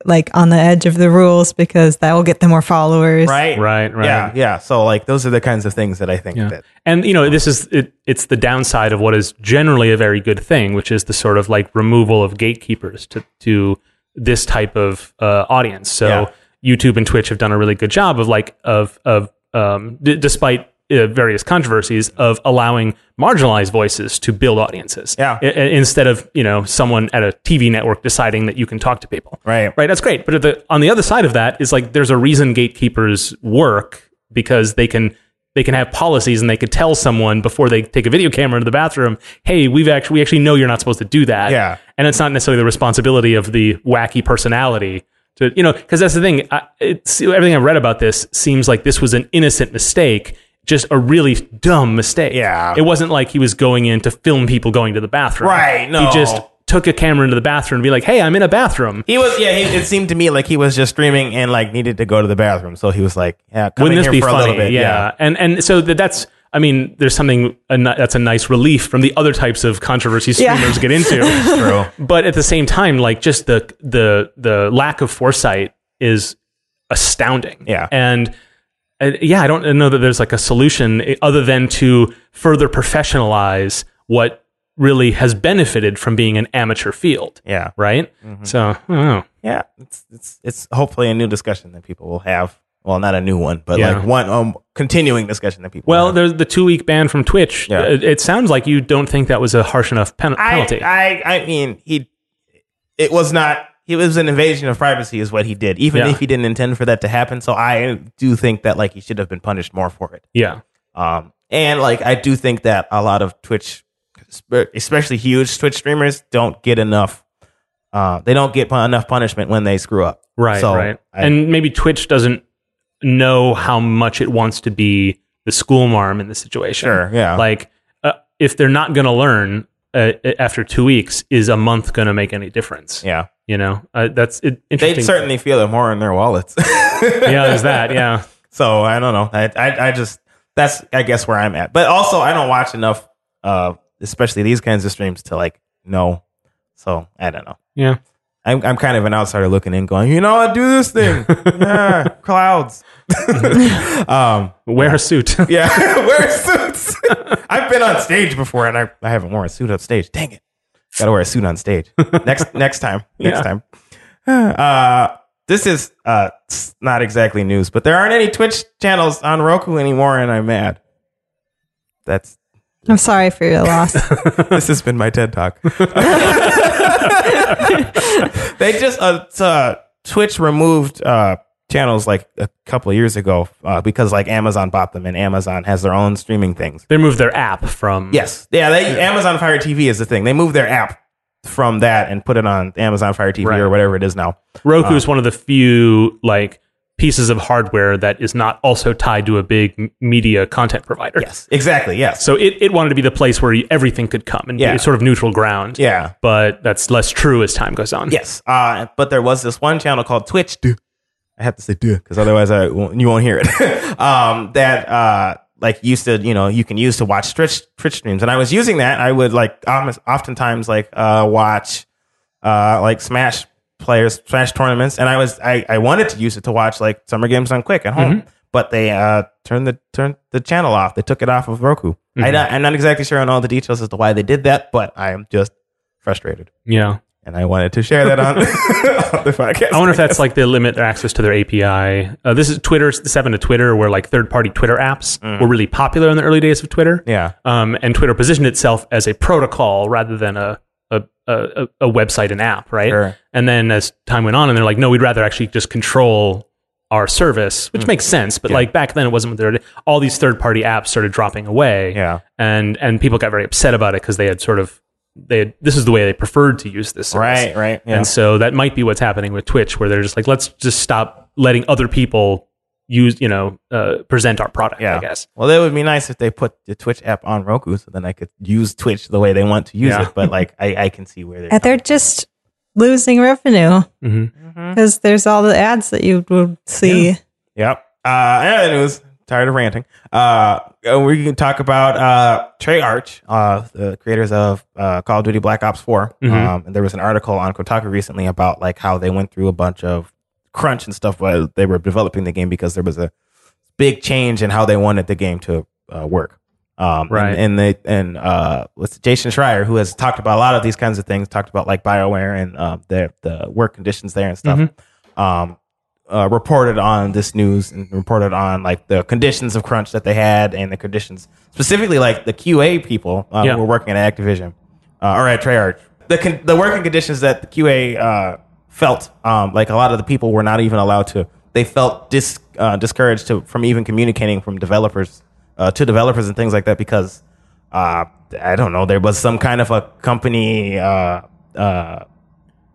like on the edge of the rules because that will get them more followers. right, right right yeah, yeah. So like those are the kinds of things that I think Yeah. that And you know, this is it, it's the downside of what is generally a very good thing, which is the sort of like removal of gatekeepers to to this type of uh, audience. So Yeah. YouTube and Twitch have done a really good job of like of of um, d- despite uh, various controversies of allowing marginalized voices to build audiences. Yeah. I- I- instead of you know someone at a TV network deciding that you can talk to people. right, Right, that's great. But at the, on the other side of that is like there's a reason gatekeepers work because they can they can have policies and they could tell someone before they take a video camera into the bathroom, hey, we've actually we actually know you're not supposed to do that. Yeah. and it's not necessarily the responsibility of the wacky personality to you know because that's the thing. I, it's, everything I've read about this seems like this was an innocent mistake. Just a really dumb mistake. Yeah. It wasn't like he was going in to film people going to the bathroom. Right, no. He just took a camera into the bathroom and be like, hey, I'm in a bathroom. He was, yeah. He, it seemed to me like he was just streaming and like needed to go to the bathroom, so he was like, "Yeah, come in wouldn't this here be for a funny? little bit." yeah. and and so that, that's. I mean, there's something a ni- that's a nice relief from the other types of controversy Yeah. streamers get into, true. but at the same time, like just the the the lack of foresight is astounding. Yeah. and uh, yeah, I don't know that there's like a solution eh, other than to further professionalize what really has benefited from being an amateur field, Yeah, right? Mm-hmm. So I don't know. yeah. It's it's it's hopefully a new discussion that people will have. Well, not a new one, but Yeah. like one um, continuing discussion that people. Well, will have. there's the two week ban from Twitch. Yeah. It, it sounds like you don't think that was a harsh enough pen- penalty. I, I I mean he it was not it was an invasion of privacy is what he did even Yeah. if he didn't intend for that to happen so I do think that like he should have been punished more for it yeah. um and like I do think that a lot of Twitch spe- especially huge Twitch streamers don't get enough uh they don't get pu- enough punishment when they screw up Right, so right. I- and maybe Twitch doesn't know how much it wants to be the school marm in the situation. Sure, yeah. Like, uh, if they're not going to learn uh, after two weeks, is a month going to make any difference? yeah You know, uh, that's it, they interesting. certainly feel it more in their wallets yeah, there's that. Yeah. So I don't know. I, I I just that's I guess where I'm at. But also I don't watch enough uh especially these kinds of streams to like know. So I don't know. Yeah. I'm I'm kind of an outsider looking in going, you know, I do this thing. yeah, clouds. um Wear a suit. yeah, wear suits. I've been on stage before and I, I haven't worn a suit on stage. Dang it. Gotta wear a suit on stage. Next next time. Next Yeah. time. Uh this is uh s- not exactly news, but there aren't any Twitch channels on Roku anymore and I'm mad. That's I'm sorry for your loss. this has been my TED talk. they just uh, t- uh, Twitch removed uh, channels like a couple of years ago uh, because like Amazon bought them and Amazon has their own streaming things. they moved their app from. Yes, yeah. They Amazon Fire TV is the thing. They moved their app from that and put it on Amazon Fire TV Right. or whatever it is now. Roku is one of the few like pieces of hardware that is not also tied to a big m- media content provider. Yes, exactly. Yes. So it, it wanted to be the place where you- everything could come and Yeah. be sort of neutral ground. Yeah. But that's less true as time goes on. Yes. Uh, but there was this one channel called Twitch. Duh. I have to say duh because otherwise I won't, you won't hear it. um, that uh, like used to you know you can use to watch Twitch Twitch streams, and I was using that. I would like almost oftentimes like uh, watch uh, like Smash players Smash tournaments, and I was I, I wanted to use it to watch like Summer Games on Quick at home. But they uh, turned the turned the channel off. They took it off of Roku. I, Mhm. I'm not exactly sure on all the details as to why they did that, but I am just frustrated Yeah. and I wanted to share that on, on the podcast. I wonder if that's like they limit their access to their API. Uh, this is Twitter, this happened to Twitter, where like third party Twitter apps were really popular in the early days of Twitter. Mm. yeah, Um, and Twitter positioned itself as a protocol rather than a, a, a, a website and app, right? Sure. And then as time went on, and they're like, no, we'd rather actually just control our service, Hmm. which makes sense. But like back then, it wasn't what they were. All these third party apps started dropping away. Yeah. And, and people got very upset about it because they had sort of, they had, this is the way they preferred to use this. service. right, right. Yeah. And so that might be what's happening with Twitch, where they're just like, let's just stop letting other people use, you know, uh, present our product, yeah, I guess. Well, that would be nice if they put the Twitch app on Roku, so then I could use Twitch the way they want to use Yeah. it. But like, I, I can see where they're. And they're just losing revenue Mm-hmm. because there's all the ads that you would see. Yep. Uh, yeah, it was tired of ranting. Uh, uh, we can talk about uh, Trey Arch, uh, the creators of uh, Call of Duty Black Ops 4. Mhm. Um, and there was an article on Kotaku recently about like how they went through a bunch of crunch and stuff while they were developing the game because there was a big change in how they wanted the game to uh, work. Um, Right. And, and they and uh, what's Jason Schreier, who has talked about a lot of these kinds of things, talked about like Bioware and uh, their the work conditions there and stuff. Um, uh, reported on this news and reported on like the conditions of crunch that they had and the conditions specifically like the QA people uh, Yeah. who were working at Activision uh, or at Treyarch. The con- the working conditions that the QA uh, felt um, like a lot of the people were not even allowed to. They felt dis- uh, discouraged to, from even communicating from developers uh, to developers and things like that because uh, I don't know there was some kind of a company. Uh, uh,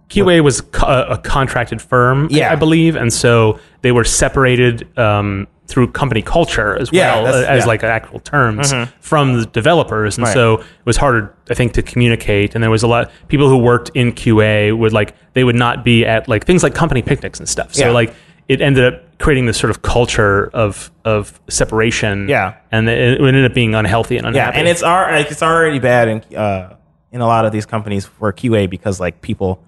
QA was co- uh, a a contracted firm, I- Yeah. I believe, and so they were separated um, through company culture as Yeah, well that's- uh, as yeah. like actual terms from the developers, and Right. so it was harder, I think, to communicate. And there was a lot people who worked in QA would like they would not be at like things like company picnics and stuff. So Yeah. like it ended up creating this sort of culture of of separation. Yeah. and it, it ended up being unhealthy and Yeah, unhappy. and it's our like, it's already bad in uh, in a lot of these companies for QA because like people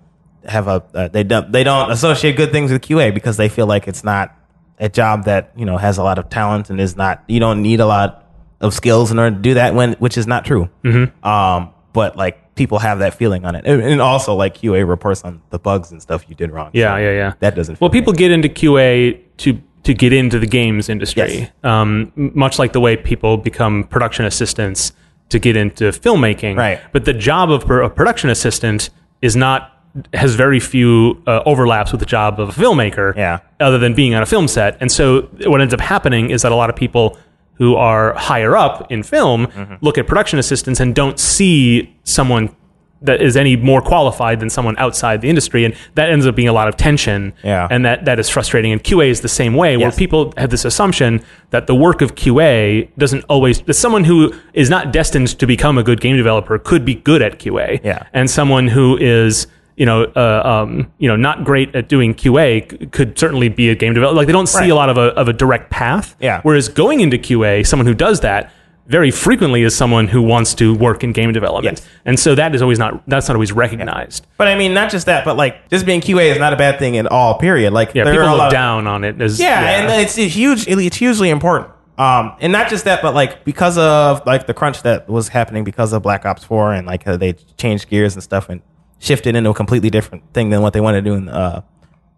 have a uh, they don't they don't associate good things with QA because they feel like it's not a job that you know has a lot of talent and is not you don't need a lot of skills in order to do that when which is not true. Mm-hmm. Um, but like people have that feeling on it, and, and also like QA reports on the bugs and stuff you did wrong. Yeah, So yeah, yeah. That doesn't. Well, feel people get into QA to to get into the games industry, Yes. um, m- much like the way people become production assistants to get into filmmaking. Right. But the job of pro- a production assistant is not has very few uh, overlaps with the job of a filmmaker. Yeah. Other than being on a film set, and so what ends up happening is that a lot of people who are higher up in film Mm-hmm. look at production assistants and don't see someone that is any more qualified than someone outside the industry and that ends up being a lot of tension Yeah. and that, that is frustrating. And QA is the same way, where Yes. people have this assumption that the work of QA doesn't always, that someone who is not destined to become a good game developer could be good at QA. Yeah. And someone who is, you know, uh, um, you know, not great at doing QA c- could certainly be a game developer. Like they don't see Right. a lot of a, of a direct path. Yeah. Whereas going into QA, someone who does that very frequently is someone who wants to work in game development. Yes. And so that is always not, that's not always recognized. But I mean, not just that, but like just being QA is not a bad thing at all. Period. Like Yeah. there are a people lot look of- down on it as, Yeah, and then it's a huge. It's hugely important. Um, and not just that, but like because of like the crunch that was happening because of Black Ops Four, and like how they changed gears and stuff and shifted into a completely different thing than what they wanted to do in uh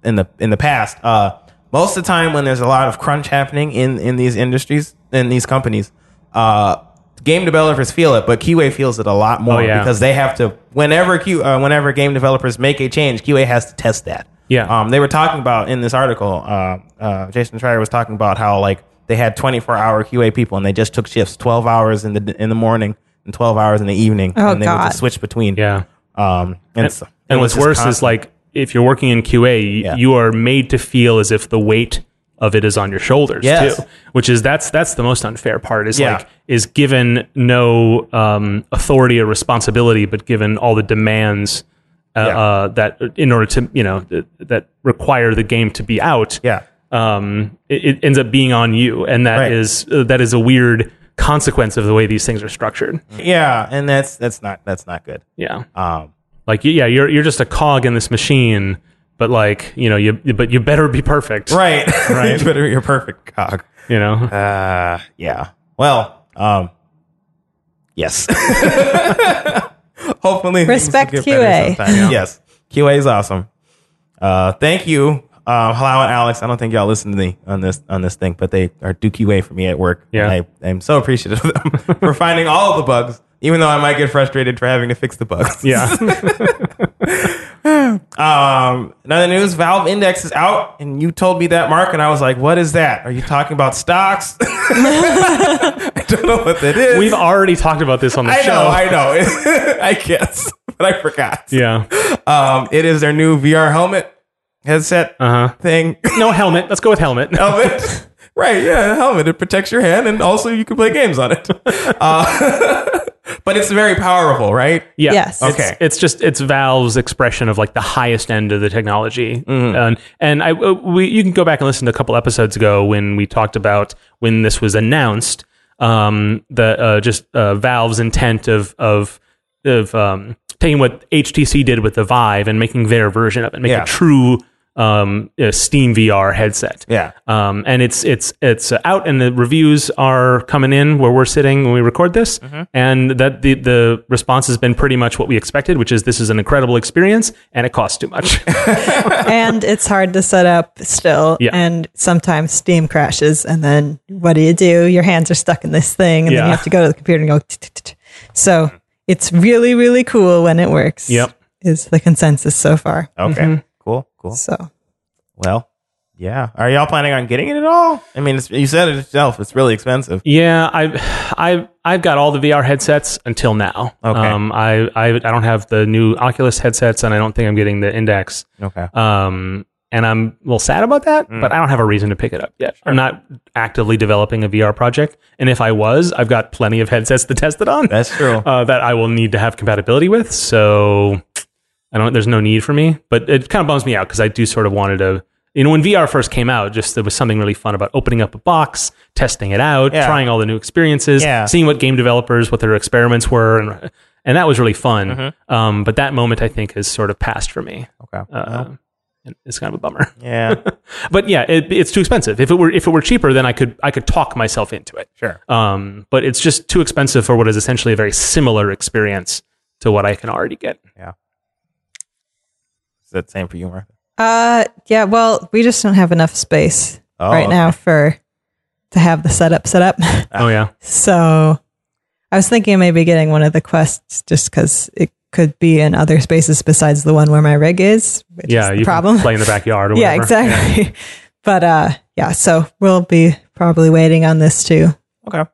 in the in the past. Uh, most of the time when there's a lot of crunch happening in in these industries in these companies, uh, game developers feel it, but QA feels it a lot more Oh, yeah. because they have to whenever Q uh, whenever game developers make a change, QA has to test that. Yeah. Um, they were talking about in this article. Uh, uh, Jason Schreier was talking about how like they had 24 hour QA people and they just took shifts 12 hours in the in the morning and 12 hours in the evening Oh, and they would God. just switch between. Yeah. Um, and, so- And it what's was just worse constant. is like if you're working in QA, y- Yeah. you are made to feel as if the weight of it is on your shoulders Yes. too, which is that's that's the most unfair part. Is Yeah. like is given no um, authority or responsibility, but given all the demands uh, Yeah. uh, that in order to you know th- that require the game to be out Yeah. um, it, it ends up being on you, and that Right. is uh, that is a weird consequence of the way these things are structured. Mm. Yeah, and that's that's not that's not good. Yeah, Um, like y- yeah, you're you're just a cog in this machine, but like you know you but you better be perfect, right, right. you better be a perfect cock. You know, Uh, yeah. Well, um, yes. Hopefully, things will Respect get better QA. sometime, yeah. yes, QA is awesome. Uh, thank you, uh, Hello and Alex. I don't think y'all listen to me on this on this thing, but they are do QA for me at work. Yeah. I am so appreciative of them for finding all the bugs, even though I might get frustrated for having to fix the bugs. yeah, Um, another news: Valve Index is out, and you told me that, Mark, and I was like, "What is that? Are you talking about stocks?" I don't know what that is. we've already talked about this on the I show. know, I know. I guess, but I forgot. yeah, Um, it is their new VR helmet headset uh huh. thing. No helmet. Let's go with helmet. helmet, right? Yeah, helmet. It protects your hand, and also you can play games on it. Uh, but it's very powerful, right? Yeah. Yes. It's- Okay. It's, just it's Valve's expression of like the highest end of the technology, Mm-hmm. and and I uh, we you can go back and listen to a couple episodes ago when we talked about when this was announced, um, the uh, just uh, Valve's intent of of of um, taking what HTC did with the Vive and making their version of it, make Yeah. a true um, uh, Steam VR headset. Yeah. Um, and it's it's it's out, and the reviews are coming in where we're sitting when we record this, Mm-hmm. and that the the response has been pretty much what we expected, which is this is an incredible experience, and it costs too much. and it's hard to set up still. Yeah. And sometimes Steam crashes, and then what do you do? Your hands are stuck in this thing, and then Yeah. you have to go to the computer and go. t-t-t-t. So it's really, really cool when it works. Yep. Is the consensus so far. Mm-hmm. Okay. Cool. Cool. So Well, yeah. Are y'all planning on getting it at all? I mean, it's, you said it yourself. It's really expensive. yeah, I I I've got all the VR headsets until now. Okay. Um, I, I I don't have the new Oculus headsets, and I don't think I'm getting the Index. Okay. Um, and I'm a little sad about that, Mm. but I don't have a reason to pick it up yet. I'm not actively developing a VR project, and if I was, I've got plenty of headsets to test it on. That's true. uh, that I will need to have compatibility with. So I don't. There's no need for me, but it kind of bums me out because I do sort of wanted to. You know, when VR first came out, just there was something really fun about opening up a box, testing it out, Yeah. trying all the new experiences, Yeah. seeing what game developers what their experiments were, and and that was really fun. Mm-hmm. Um, but that moment, I think, has sort of passed for me. okay. Uh, and It's kind of a bummer, yeah. but yeah, it, it's too expensive. If it were if it were cheaper, then I could I could talk myself into it Sure. um, but it's just too expensive for what is essentially a very similar experience to what I can already get. Is that same for you, Martha? Uh, yeah. Well, we just don't have enough space Oh, right now for to have the setup set up. Oh yeah, so I was thinking maybe getting one of the quests just because it could be in other spaces besides the one where my rig is. Which yeah. is You the can problem. play in the backyard. Or yeah, whatever. exactly. but uh, yeah. So we'll be probably waiting on this too Okay.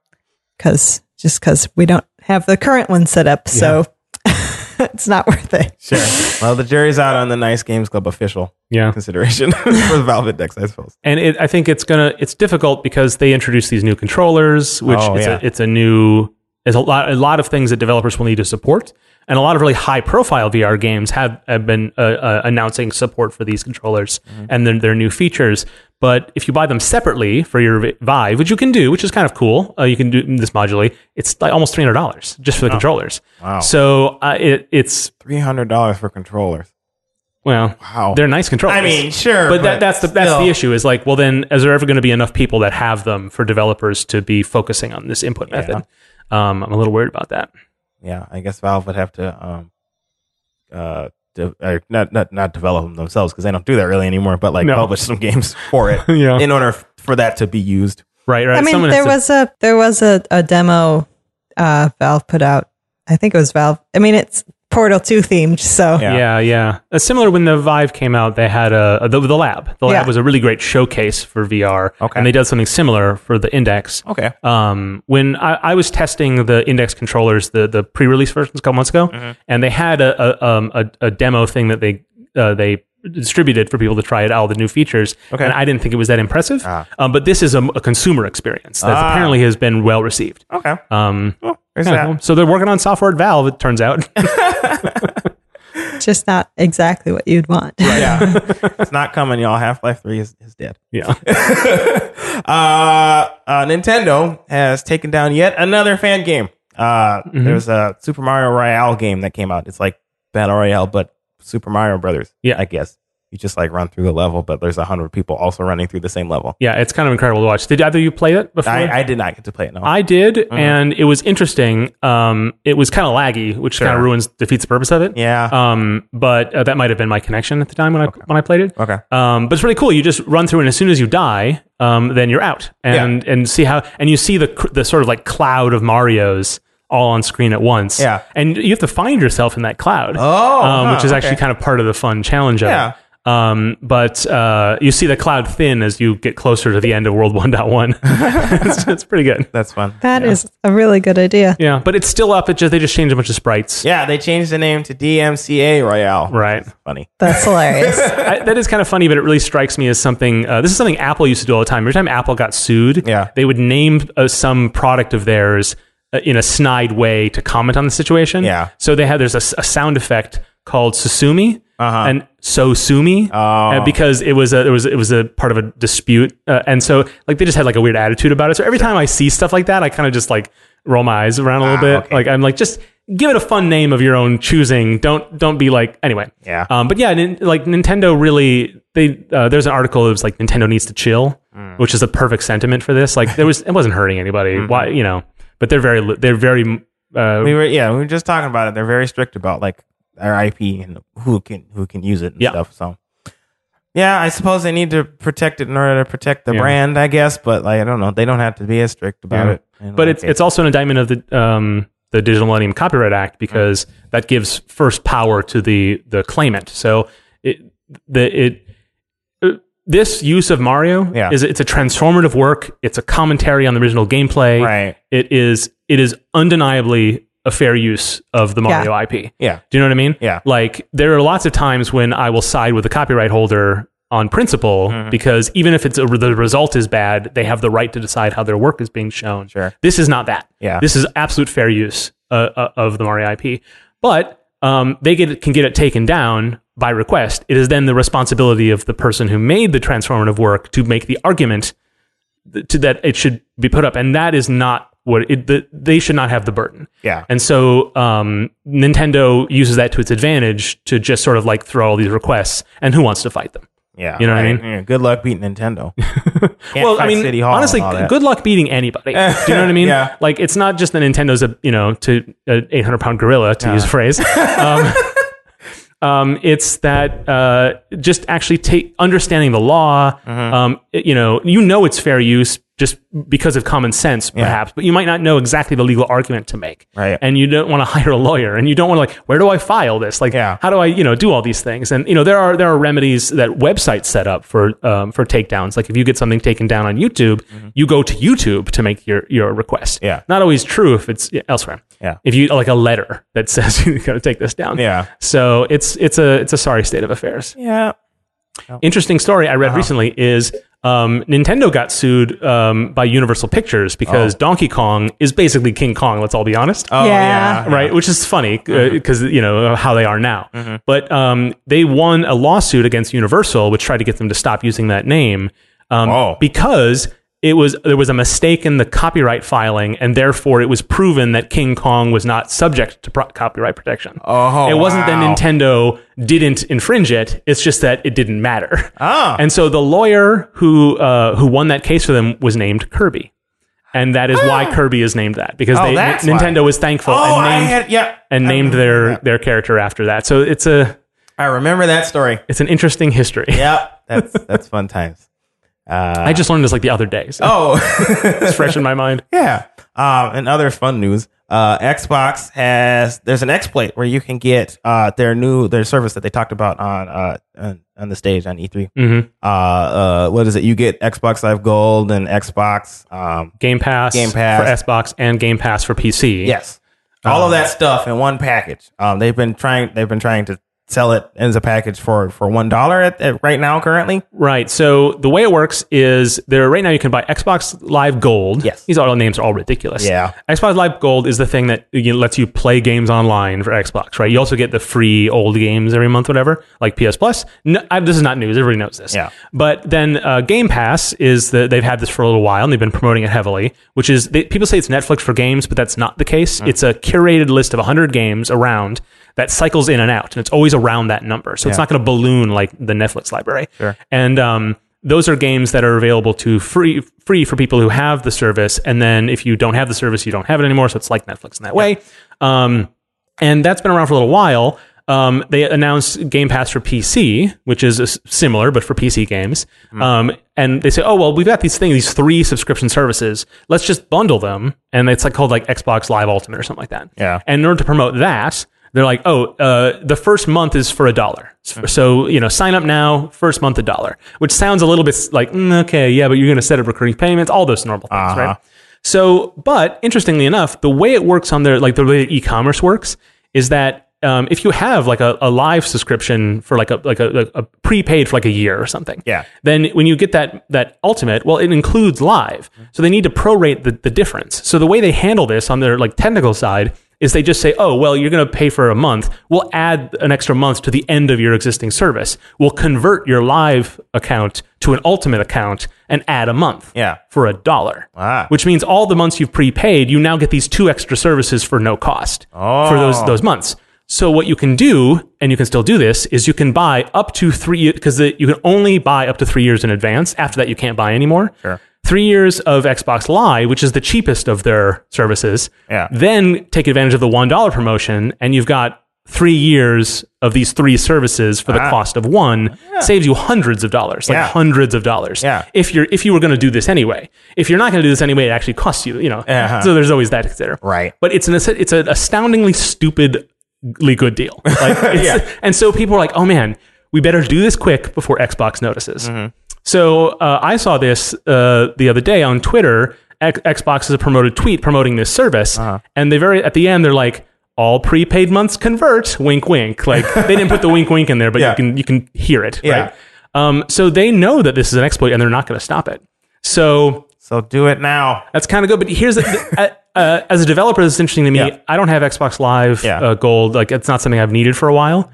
because just because we don't have the current one set up, so it's not worth it. Sure. well, the jury's out on the Nice Games Club official Yeah, consideration for the Valve Index, I suppose. and it, I think it's gonna it's difficult because they introduced these new controllers, which Oh, it's, yeah. a, it's a new there's a lot a lot of things that developers will need to support, and a lot of really high profile VR games have have been uh, uh, announcing support for these controllers Mm-hmm. and their, their new features. But if you buy them separately for your Vi- Vive, which you can do, which is kind of cool, uh, you can do this modularly. It's like almost three hundred dollars just for the controllers. Oh. Wow. So uh, it, it's $300 for controllers. well, Wow. they're nice controllers. I mean, sure. but, that, that's the that's still. the issue is like well then is there ever going to be enough people that have them for developers to be focusing on this input method um, i'm a little worried about that Yeah. I guess Valve would have to, um, uh, de- or not, not, not develop them themselves because they don't do that really anymore, but like No. publish some games for it Yeah. in order f- for that to be used. right right I mean, Someone has there to- was a there was a, a demo uh, Valve put out. I think it was Valve. I mean, it's Portal Two themed, so Yeah. yeah, yeah. Uh, similar when the Vive came out, they had a, the, the lab. The lab Yeah. was a really great showcase for VR, Okay. and they did something similar for the Index. Okay. um, when I, I was testing the index controllers, the Mm-hmm. the pre-release versions a couple months ago, and they had a a, um, a a demo thing that they uh, they distributed for people to try it out all the new features. Okay. And I didn't think it was that impressive. Ah. Um, but this is a, a consumer experience that Ah. apparently has been well received. Okay. Um, Well, there's kinda that. cool. So they're working on software at Valve. It turns out. Just not exactly what you'd want. Yeah. it's not coming, y'all. Half Life 3 is, is dead. yeah. uh, uh, Nintendo has taken down yet another fan game. Uh, Mm-hmm. There's a Super Mario Royale game that came out. It's like Battle Royale, but Super Mario Brothers. Yeah. I guess you just like run through the level, but there's a hundred people also running through the same level. Yeah. It's kind of incredible to watch. Did either of you play it before? I, Mm-hmm. I did not get to play it. No. I did, and it was interesting. Um, it was kind of laggy, which kind of ruins defeats the purpose of it. yeah. Um, but uh, that might have been my connection at the time when I when I played it. okay. Um, but it's really cool. You just run through, and as soon as you die, um, then you're out, and and see how and you see the cr- the sort of like cloud of Mario's all on screen at once. Yeah. and you have to find yourself in that cloud. Oh, um, huh, which is actually okay. kind of part of the fun challenge of Yeah. it. Um, but uh, you see the cloud thin as you get closer to the end of World 1.1. it's, it's pretty good. That's fun. That is a really good idea. Yeah, but it's still up. It just they just changed a bunch of sprites. Yeah. They changed the name to DMCA Royale. Right. Funny. That's hilarious. I, that is kind of funny, but it really strikes me as something. Uh, this is something Apple used to do all the time. Every time Apple got sued, Yeah. they would name uh, some product of theirs uh, in a snide way to comment on the situation. Yeah. So they had there's a, s- a sound effect called Susumi Uh-huh. and So Sumi Oh. uh, because it was a it was it was a part of a dispute, uh, and so like they just had like a weird attitude about it. So every time I see stuff like that, I kind of just like roll my eyes around a Ah, little bit. Like I'm like just. Give it a fun name of your own choosing. Don't don't be like anyway. Yeah. Um, but yeah, nin- like Nintendo really they uh, there's an article that was like Nintendo needs to chill, which is the perfect sentiment for this. Like there was it wasn't hurting anybody. Why you know? But they're very li- they're very uh, we were yeah we were just talking about it they're very strict about like our ip and who can who can use it and Yeah. stuff so yeah i suppose they need to protect it in order to protect the Yeah. brand i guess but like i don't know they don't have to be as strict about Yeah. it in but that it's case. it's also an indictment of the um, the Digital Millennium Copyright Mm-hmm. Act because that gives first power to the the claimant. So it the it uh, this use of Mario Yeah. is it's a transformative work. It's a commentary on the original gameplay. right It is it is undeniably a fair use of the Mario IP. yeah Do you know what I mean? Yeah. Like there are lots of times when I will side with the copyright holder on principle Mm-hmm. because even if it's a, the result is bad, they have the right to decide how their work is being shown. Sure. This is not that. Yeah. This is absolute fair use uh, uh, of the Mario IP, but um, they get can get it taken down by request. It is then the responsibility of the person who made the transformative work to make the argument th- to that it should be put up, and that is not what it, the, they should not have the burden. yeah And so um, Nintendo uses that to its advantage to just sort of like throw all these requests, and who wants to fight them? yeah you know what I mean? Yeah, good luck beating nintendo Can't well, I fight mean, City Hall and honestly, all that. Eh, good luck beating anybody. Do you know what I mean? Yeah. Like, it's not just that Nintendo's a you know to an 800 pound gorilla to use a phrase. Um, um, it's that uh, just actually take understanding the law. Mm-hmm. Um, it- you know, you know it's fair use just because of common sense, perhaps, but you might not know exactly the legal argument to make. Right. And you don't want to hire a lawyer, and you don't want to like, where do I file this? Like, Yeah. how do I you know do all these things? And you know, there are there are remedies that websites set up for um, for takedowns. Like if you get something taken down on YouTube, you go to YouTube to make your your request. Mm-hmm. Yeah. Not always true if it's yeah, elsewhere. Yeah. If you like a letter that says you got to take this down. yeah So it's it's a it's a sorry state of affairs. yeah Uh-huh. Interesting story I read recently is um, Nintendo got sued um, by Universal Pictures because Donkey Kong is basically King Kong. Let's all be honest oh yeah, Yeah. right? Which is funny because you know uh, how they are now. But um, they won a lawsuit against Universal, which tried to get them to stop using that name um, Oh. because it was there was a mistake in the copyright filing, and therefore it was proven that King Kong was not subject to pro- copyright protection. Oh, it wasn't wow. that Nintendo didn't infringe it; it's just that it didn't matter. Ah. And so the lawyer who uh, who won that case for them was named Kirby. And that is why Kirby is named that because Ah. they, Oh, that's why. Nintendo was thankful oh and i named had yeah Um, and I named remember their that. their character after that. So it's a i remember that story it's an interesting history. yeah that's that's fun times I just learned this like the other day, so oh it's fresh in my mind. Yeah. Um, and other fun news. Uh, Xbox has there's an XPlate where you can get uh, their new their service that they talked about on uh, on, on the stage on E3. Mhm. Uh, uh, what is it? You get Xbox Live Gold and Xbox. Um, Game Pass, Game Pass. for Xbox, and Game Pass for PC. Uh-huh. yes, all of that stuff in one package. Um, they've been trying they've been trying to sell it as a package for for one dollar at, at right now currently. Right. So the way it works is there right now you can buy Xbox Live Gold. Yes. These all names are all ridiculous. Yeah. Xbox Live Gold is the thing that you know, lets you play games online for Xbox, right? You also get the free old games every month, whatever, like PS Plus. No, I, this is not news. Everybody knows this. Yeah. But then uh, Game Pass is the they've had this for a little while and they've been promoting it heavily, which is they, people say it's Netflix for games, but that's not the case. It's a curated list of 100 games around that cycles in and out, and it's always around that number. So it's not going to balloon like the Netflix library. Sure. And um, those are games that are available to free free for people who have the service, and then if you don't have the service, you don't have it anymore. So it's like Netflix in that way. Um, and that's been around for a little while. Um, they announced Game Pass for PC, which is uh, s- similar but for PC games. Um, and they say, oh well, we've got these things, these three subscription services. Let's just bundle them, and it's like called like Xbox Live Ultimate or something like that. Yeah. And in order to promote that, they're like, oh, uh, the first month is for a dollar. So- So, you know, sign up now, first month a dollar, which sounds a little bit like, mm, okay, yeah, but you're going to set up recurring payments, all those normal things, right? So, but interestingly enough, the way it works on their, like the way e commerce works is that um, if you have like a, a live subscription for like a, like a, like a prepaid for like a year or something, Yeah. then when you get that that ultimate, well, it includes live. So they need to prorate the, the difference. So the way they handle this on their like technical side is they just say, oh, well, you're going to pay for a month. We'll add an extra month to the end of your existing service. We'll convert your live account to an ultimate account and add a month Yeah. for a dollar. Wow. Which means all the months you've prepaid, you now get these two extra services for no cost for Oh. those those months. So what you can do, and you can still do this, is you can buy up to three because you can only buy up to three years in advance. After that, you can't buy anymore. Sure. Three years of Xbox Live, which is the cheapest of their services. Yeah. Then take advantage of the one dollar promotion, and you've got three years of these three services for the cost of one. Saves you hundreds of dollars, like Ah. Yeah. hundreds of dollars. Yeah. If you're if you were going to do this anyway, if you're not going to do this anyway, it actually costs you. You know. Uh-huh. So there's always that to consider. Right. But it's an it's an astoundingly stupidly good deal. Like, it's, And so people are like, oh man, we better do this quick before Xbox notices. Mm-hmm. So uh, I saw this uh, the other day on Twitter. X- Xbox has a promoted tweet promoting this service, Uh-huh. and they very at the end they're like. All prepaid months convert. Wink, wink. Like they didn't put the wink, wink in there, but Yeah. you can you can hear it. Yeah. Right? Um, so they know that this is an exploit, and they're not going to stop it. So So do it now. that's kind of good. But here's the, uh, uh, as a developer, this is interesting to me. Yeah. I don't have Xbox Live Yeah. uh, Gold. Like it's not something I've needed for a while.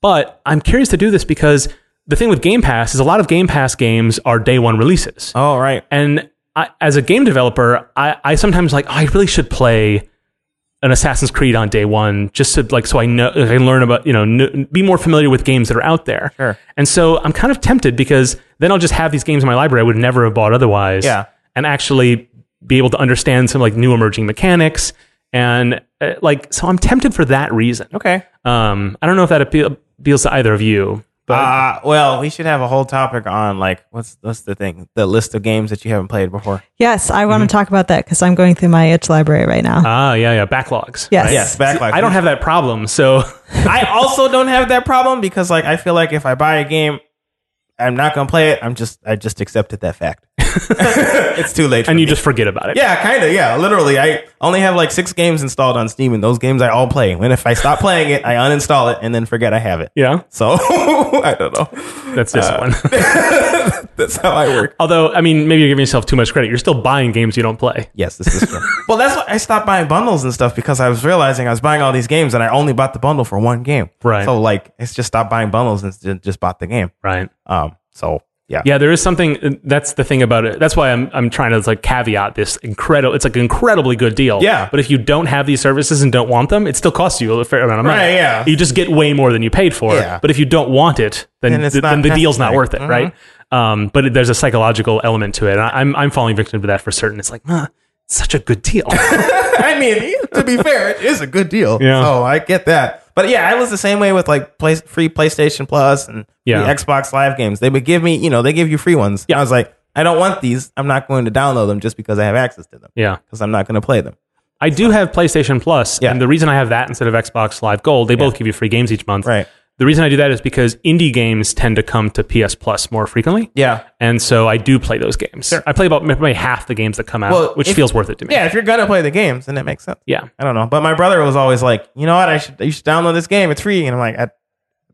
But I'm curious to do this because the thing with Game Pass is a lot of Game Pass games are day one releases. Oh right. And I, as a game developer, I, I sometimes like "Oh, I really should play an Assassin's Creed on day one just to like so I know I can learn about you know n- be more familiar with games that are out there. Sure. And so I'm kind of tempted because then I'll just have these games in my library I would never have bought otherwise. Yeah. And actually be able to understand some like new emerging mechanics and uh, like so I'm tempted for that reason. Okay. Um, I don't know if that appeal- appeals to either of you, but Uh, well, we should have a whole topic on like what's what's the thing? The list of games that you haven't played before. Yes, I Mm-hmm. want to talk about that because I'm going through my itch library right now. ah yeah yeah backlogs. yes. Uh, Yes, backlog. I don't have that problem, so I also don't have that problem because like I feel like if I buy a game, I'm not gonna play it. I'm just I just accepted that fact. it's too late. for and you me. just forget about it. yeah, kind of yeah. Literally, I only have like six games installed on Steam, and those games I all play. And if I stop playing it, I uninstall it and then forget I have it. Yeah, So I don't know. that's this one. That's how I work. Although, I mean, maybe you're giving yourself too much credit. You're still buying games you don't play. Yes, this is true. well, that's why I stopped buying bundles and stuff because I was realizing I was buying all these games and I only bought the bundle for one game. Right. So like, it's just stopped buying bundles and ju- just bought the game. Right. Um. So yeah. Yeah, there is something. uh, That's the thing about it. That's why I'm I'm trying to like caveat this incredible. It's like an incredibly good deal. Yeah. But if you don't have these services and don't want them, it still costs you a fair amount of money. Right, yeah. You just get way more than you paid for. Yeah. But if you don't want it, then Then it's th- then not the deal's not necessary. worth Mm-hmm. it, right? Um. But it, there's a psychological element to it. And I, I'm I'm falling victim to that for certain. It's like, huh, it's such a good deal. I mean, to be fair, it is a good deal. Yeah. So I get that. But yeah, I was the same way with like play, free PlayStation Plus and free Yeah. Xbox Live games. They would give me, you know, they give you free ones. Yeah. I was like, I don't want these. I'm not going to download them just because I have access to them yeah. because I'm not going to play them. I do have PlayStation Plus, Yeah. and the reason I have that instead of Xbox Live Gold, they both give you free games each month. Right. The reason I do that is because indie games tend to come to PS Plus more frequently. Yeah. And so I do play those games. I play about maybe half the games that come out, Well, which if- feels worth it to me. Yeah. If you're going to play the games, then it makes sense. Yeah. I don't know. But my brother was always like, you know what? I should you should download this game. It's free. And I'm like, I,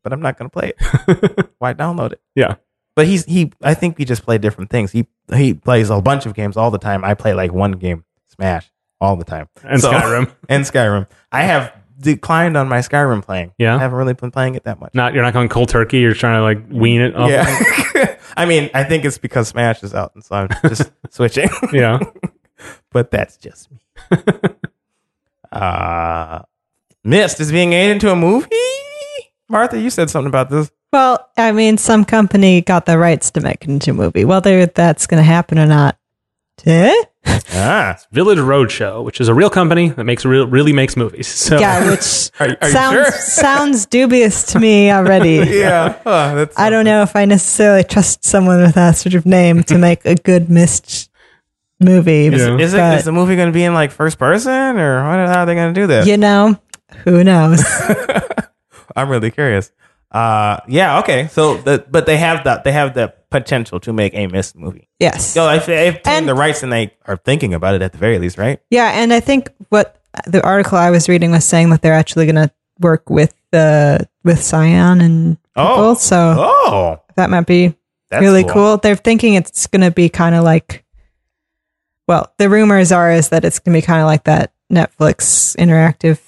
but I'm not going to play it. Why download it? Yeah. But he's he. I think we just play different things. He he plays a bunch of games all the time. I play like one game, Smash, all the time, And So- Skyrim. and Skyrim. I have declined on my Skyrim playing. Yeah. I haven't really been playing it that much. Not you're not going cold turkey. You're trying to like wean it off. Yeah. I mean, I think it's because Smash is out, and so I'm just switching. yeah. but that's just me. uh Mist is being made into a movie. Martha, you said something about this. Well, I mean, some company got the rights to make it into a movie. Whether that's going to happen or not, eh? Ah, Village Roadshow, which is a real company that makes real, really makes movies. So yeah, which are, you- are sounds you sure? sounds dubious to me already. yeah, Huh, that's, I don't know if I necessarily trust someone with that sort of name to make a good missed movie. Yeah. Is it? but, Is the movie going to be in like first person, or what, how are they going to do this? you know, who knows? I'm really curious. Uh, yeah, okay. So, the, but they have the they have the potential to make a Mist movie. yes. So if they've taken And- the rights and they are thinking about it at the very least, right? Yeah, and I think what the article I was reading was saying that they're actually going to work with the with Scion and people, Oh. so Oh, that might be that's really cool. They're thinking it's going to be kind of like, well, the rumors are is that it's going to be kind of like that Netflix interactive,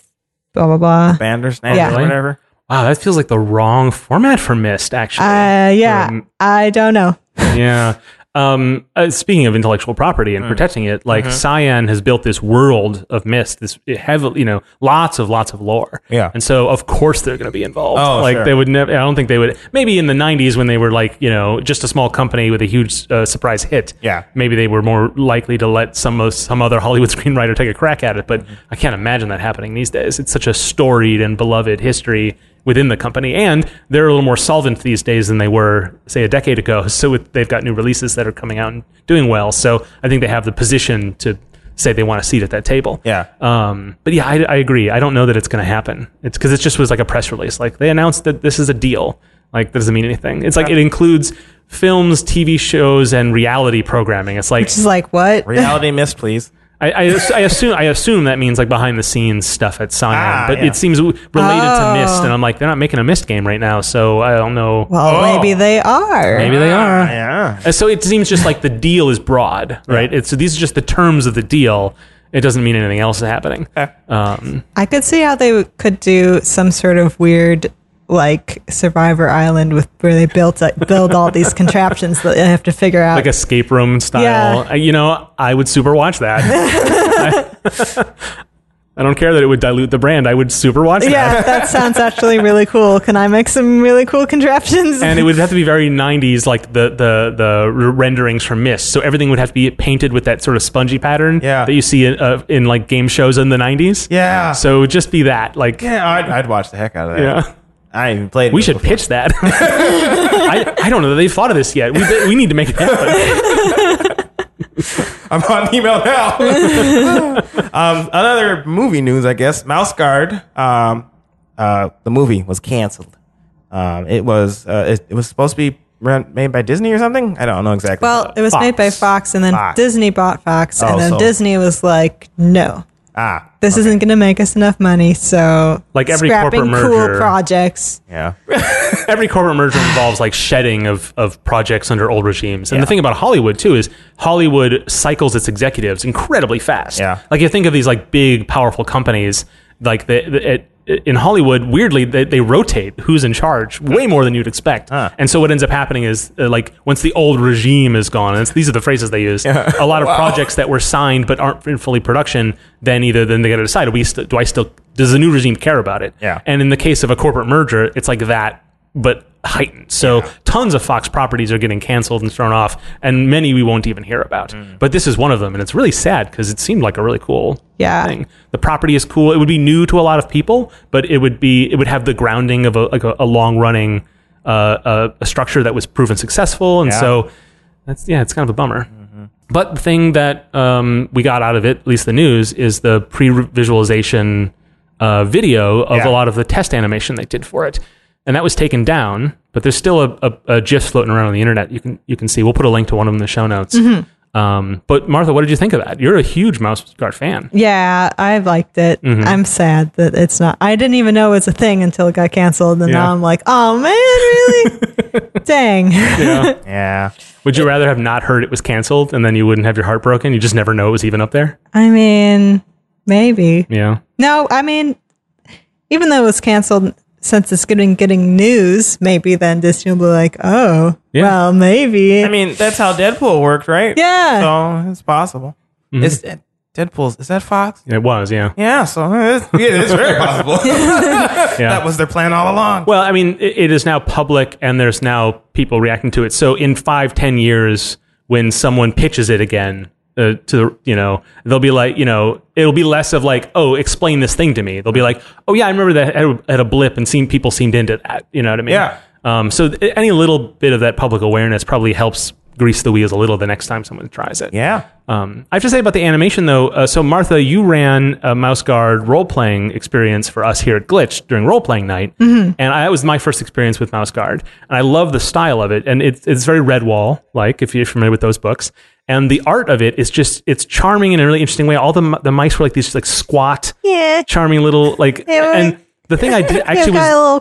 blah blah blah. Bandersnatch Yeah. or whatever. wow, that feels like the wrong format for Mist. Actually, Uh, yeah, Um, I don't know. yeah. Um, uh, speaking of intellectual property Mm. and protecting it, like Mm-hmm. Cyan has built this world of Mist, this heavily, you know, lots of lots of lore. Yeah. and so of course they're going to be involved. Oh, like sure. they would never. I don't think they would. Maybe in the '90s when they were like, you know, just a small company with a huge uh, surprise hit. Yeah. maybe they were more likely to let some of, some other Hollywood screenwriter take a crack at it. But Mm-hmm. I can't imagine that happening these days. It's such a storied and beloved history within the company, and they're a little more solvent these days than they were, say, a decade ago. So with, they've got new releases that are coming out and doing well. So I think they have the position to say they want a seat at that table. Yeah. Um, but yeah, I, I agree. I don't know that it's going to happen. It's because it just was like a press release. Like they announced that this is a deal. Like that doesn't mean anything. It's like it includes films, TV shows, and reality programming. It's like She's like, what? Reality Mist, please. I, I, ass- I assume I assume that means like behind the scenes stuff at Cyan, Ah, but yeah. it seems w- related Oh. to Mist, and I'm like they're not making a Mist game right now, so I don't know. Well, Oh. maybe they are. Maybe they are. Ah, Yeah. Uh, So it seems just like the deal is broad, right? It's so these are just the terms of the deal. It doesn't mean anything else is happening. Um, I could see how they w- could do some sort of weird like Survivor Island with where they built like, build all these contraptions that they have to figure out. like escape room style. Yeah. I- you know, I would super watch that. I, I don't care that it would dilute the brand. I would super watch that. yeah, that sounds actually really cool. Can I make some really cool contraptions? And it would have to be very 90s, like the the the r- renderings from Mist. So everything would have to be painted with that sort of spongy pattern Yeah. that you see in, uh, in like game shows in the 90s. Yeah. So it would just be that. Like, yeah. Yeah, I'd, I'd watch the heck out of that. I even played. We it should before. pitch that. I, I don't know that they've thought of this yet. We, we need to make it happen. I'm on email now. um, another movie news, I guess. Mouse Guard. Um, uh, the movie was canceled. Um, it was uh, it, it was supposed to be run, made by Disney or something. I don't know exactly. well, it was made by Fox, and then Fox. Disney bought Fox, Oh, and then so- Disney was like, "No, Ah, this isn't going to make us enough money." So, Like every scrapping corporate merger. cool projects. yeah. Every corporate merger involves like shedding of, of projects under old regimes. And the thing about Hollywood too is Hollywood cycles its executives incredibly fast. Yeah. Like you think of these like big powerful companies like the, the it, in Hollywood, weirdly, they, they rotate who's in charge way more than you'd expect. Huh. And so what ends up happening is, uh, like, once the old regime is gone, and it's- these are the phrases they use, a lot of projects that were signed but aren't in fully production, then either then they got to decide, do, we st- do I still, does the new regime care about it? Yeah. And in the case of a corporate merger, it's like that, but heightened. So tons of Fox properties are getting canceled and thrown off, and many we won't even hear about. But this is one of them, and it's really sad because it seemed like a really cool Yeah. thing. The property is cool. It would be new to a lot of people, but it would be it would have the grounding of a like a, a long running uh, uh, a structure that was proven successful, and Yeah. so that's yeah, it's kind of a bummer. But the thing that um, we got out of it, at least the news, is the pre-visualization uh, video of Yeah. a lot of the test animation they did for it, and that was taken down. But there's still a, a, a GIF floating around on the internet. You can you can see. We'll put a link to one of them in the show notes. Mm-hmm. Um, but Martha, what did you think of that? You're a huge Mouse Guard fan. Yeah, I liked it. Mm-hmm. I'm sad that it's not. I didn't even know it was a thing until it got canceled, and Yeah. now I'm like, oh man, really? Dang. Yeah. Yeah. Would you rather have not heard it was canceled and then you wouldn't have your heart broken? You just never know it was even up there. I mean, maybe. Yeah. No, I mean, even though it was canceled, since it's getting getting news, maybe then Disney will be like, oh, Yeah. well, maybe. I mean, that's how Deadpool worked, right? yeah. So it's possible. Mm-hmm. Is uh, Deadpool's is that Fox? It was. Yeah. Yeah, so it's, yeah, it's very possible. Yeah. That was their plan all along. Well, I mean, it, it is now public, and there's now people reacting to it. So in five, ten years, when someone pitches it again uh, to the, you know, they'll be like, you know, it'll be less of like, oh, explain this thing to me. They'll be like, oh yeah, I remember that I had a- had a blip, and seen people seemed into that. You know what I mean? Yeah. Um, so th- any little bit of that public awareness probably helps grease the wheels a little the next time someone tries it. Yeah. Um, I have to say about the animation though. Uh, so Martha, you ran a Mouse Guard role playing experience for us here at Glitch during role playing night, Mm-hmm. and I, that was my first experience with Mouse Guard, and I love the style of it, and it's it's very Redwall like if you're familiar with those books, and the art of it is just it's charming in a really interesting way. All the m- the mice were like these like squat, Yeah. charming little like, They were- and the thing I did They've actually was got little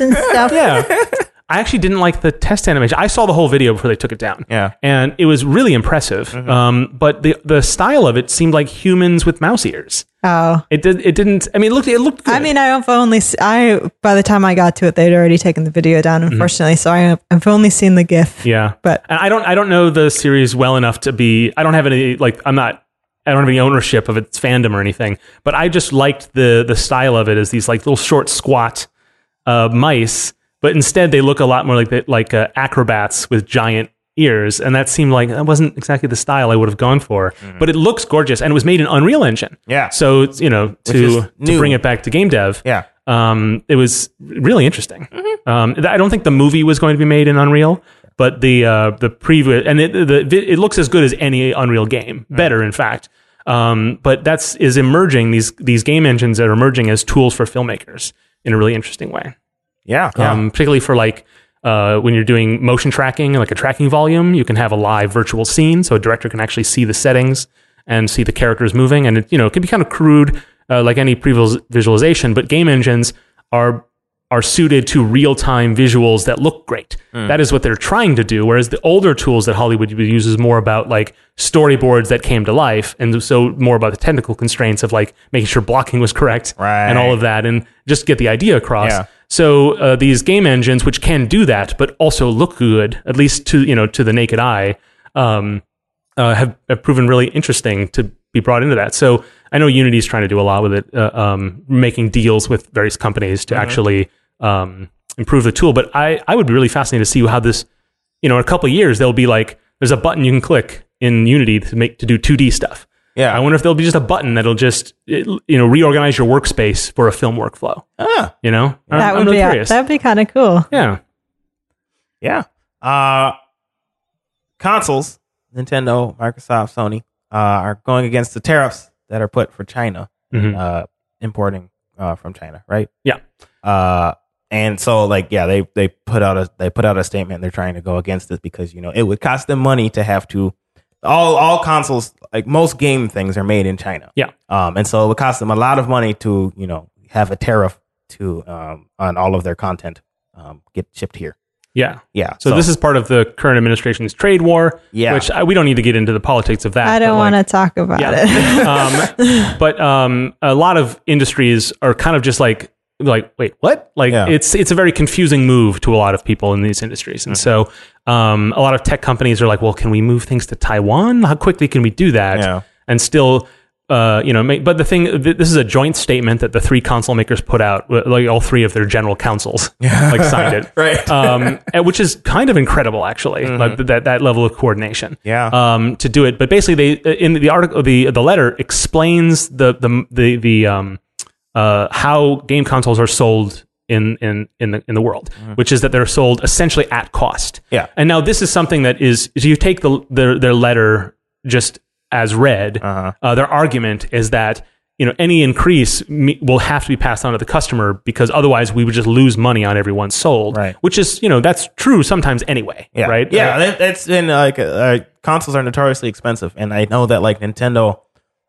and stuff. yeah. I actually didn't like the test animation. I saw the whole video before they took it down. Yeah. And it was really impressive. Um, but the the style of it seemed like humans with mouse ears. Oh. It did it didn't I mean it looked it looked good. I mean, I've only s- I by the time I got to it, they'd already taken the video down, Mm-hmm. unfortunately. So I, I've only seen the GIF. Yeah. But And I don't I don't know the series well enough to be I don't have any like I'm not I don't have any ownership of its fandom or anything, but I just liked the the style of it as these like little short squat uh, mice, but instead they look a lot more like the, like uh, acrobats with giant ears, and that seemed like that wasn't exactly the style I would have gone for. But it looks gorgeous, and it was made in Unreal Engine. Mm-hmm. Yeah. So it's, you know is to to new. bring it back to game dev Yeah. um, it was really interesting. Um, th- I don't think the movie was going to be made in Unreal, but the uh, the preview and it the vi- it looks as good as any Unreal game, better in fact. Um, but that's is emerging these these game engines that are emerging as tools for filmmakers in a really interesting way. Yeah. Yeah. Um, particularly for like uh, when you're doing motion tracking, like a tracking volume, you can have a live virtual scene, so a director can actually see the settings and see the characters moving, and it, you know it can be kind of crude, uh, like any pre-visualization. But game engines are are suited to real-time visuals that look great. Mm. That is what they're trying to do. Whereas the older tools that Hollywood uses is more about like storyboards that came to life, and so more about the technical constraints of like making sure blocking was correct and all Right. of that, and just get the idea across. Yeah. So uh, these game engines, which can do that, but also look good, at least to you know to the naked eye, um, uh, have, have proven really interesting to be brought into that. So I know Unity's trying to do a lot with it, uh, um, making deals with various companies to actually um, improve the tool. But I I would be really fascinated to see how this, you know, in a couple of years they'll be like, there's a button you can click in Unity to make to do 2D stuff. yeah. I wonder if there'll be just a button that'll just it, you know reorganize your workspace for a film workflow. Ah, You know, I'm- That I'm would really be curious. that'd be kind of cool. Yeah. yeah. Uh, consoles, Nintendo, Microsoft, Sony, uh, are going against the tariffs that are put for China, Mhm. uh, importing uh, from China, right? Yeah. Uh, and so, like, yeah, they they put out a they put out a statement. They're trying to go against this because you know it would cost them money to have to all all consoles like most game things are made in China. Yeah. Um, and so it would cost them a lot of money to you know have a tariff to um, on all of their content um, get shipped here. Yeah. Yeah. So, this is part of the current administration's trade war, Yeah. which I, we don't need to get into the politics of that. I don't but, like, want to talk about it. um, but um, a lot of industries are kind of just like like wait what like Yeah. it's it's a very confusing move to a lot of people in these industries and Mm-hmm. so um, a lot of tech companies are like well can we move things to taiwan how quickly can we do that Yeah. and still uh, you know make, but the thing th- this is a joint statement that the three console makers put out wh- like all three of their general councils like signed it Right. Mm-hmm. um, and- which is kind of incredible actually like th- that that level of coordination Yeah. um, to do it. But basically, they uh, in the article, the the letter explains the the the, the um, uh, how game consoles are sold in in in the in the world, which is that they're sold essentially at cost. Mm-hmm. Yeah. And now this is something that is so you take the their their letter just as read. Uh-huh. Uh, their argument is that you know, any increase me- will have to be passed on to the customer because otherwise we would just lose money on every one sold. Right. Which is, you know, that's true sometimes anyway. Yeah. Right. Yeah, that, that's been uh, like uh, uh, consoles are notoriously expensive, and I know that like Nintendo.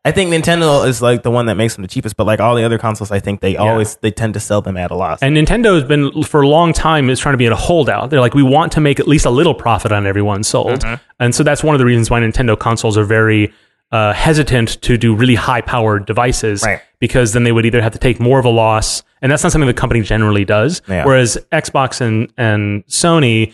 I think Nintendo is like the one that makes them the cheapest, but like all the other consoles, I think they always they tend to sell them at a loss. And Nintendo has been for a long time is trying to be in a holdout. They're like, we want to make at least a little profit on every one sold, Mm-hmm. and so that's one of the reasons why Nintendo consoles are very uh, hesitant to do really high powered devices, Right. because then they would either have to take more of a loss, and that's not something the company generally does. Yeah. Whereas Xbox and and Sony.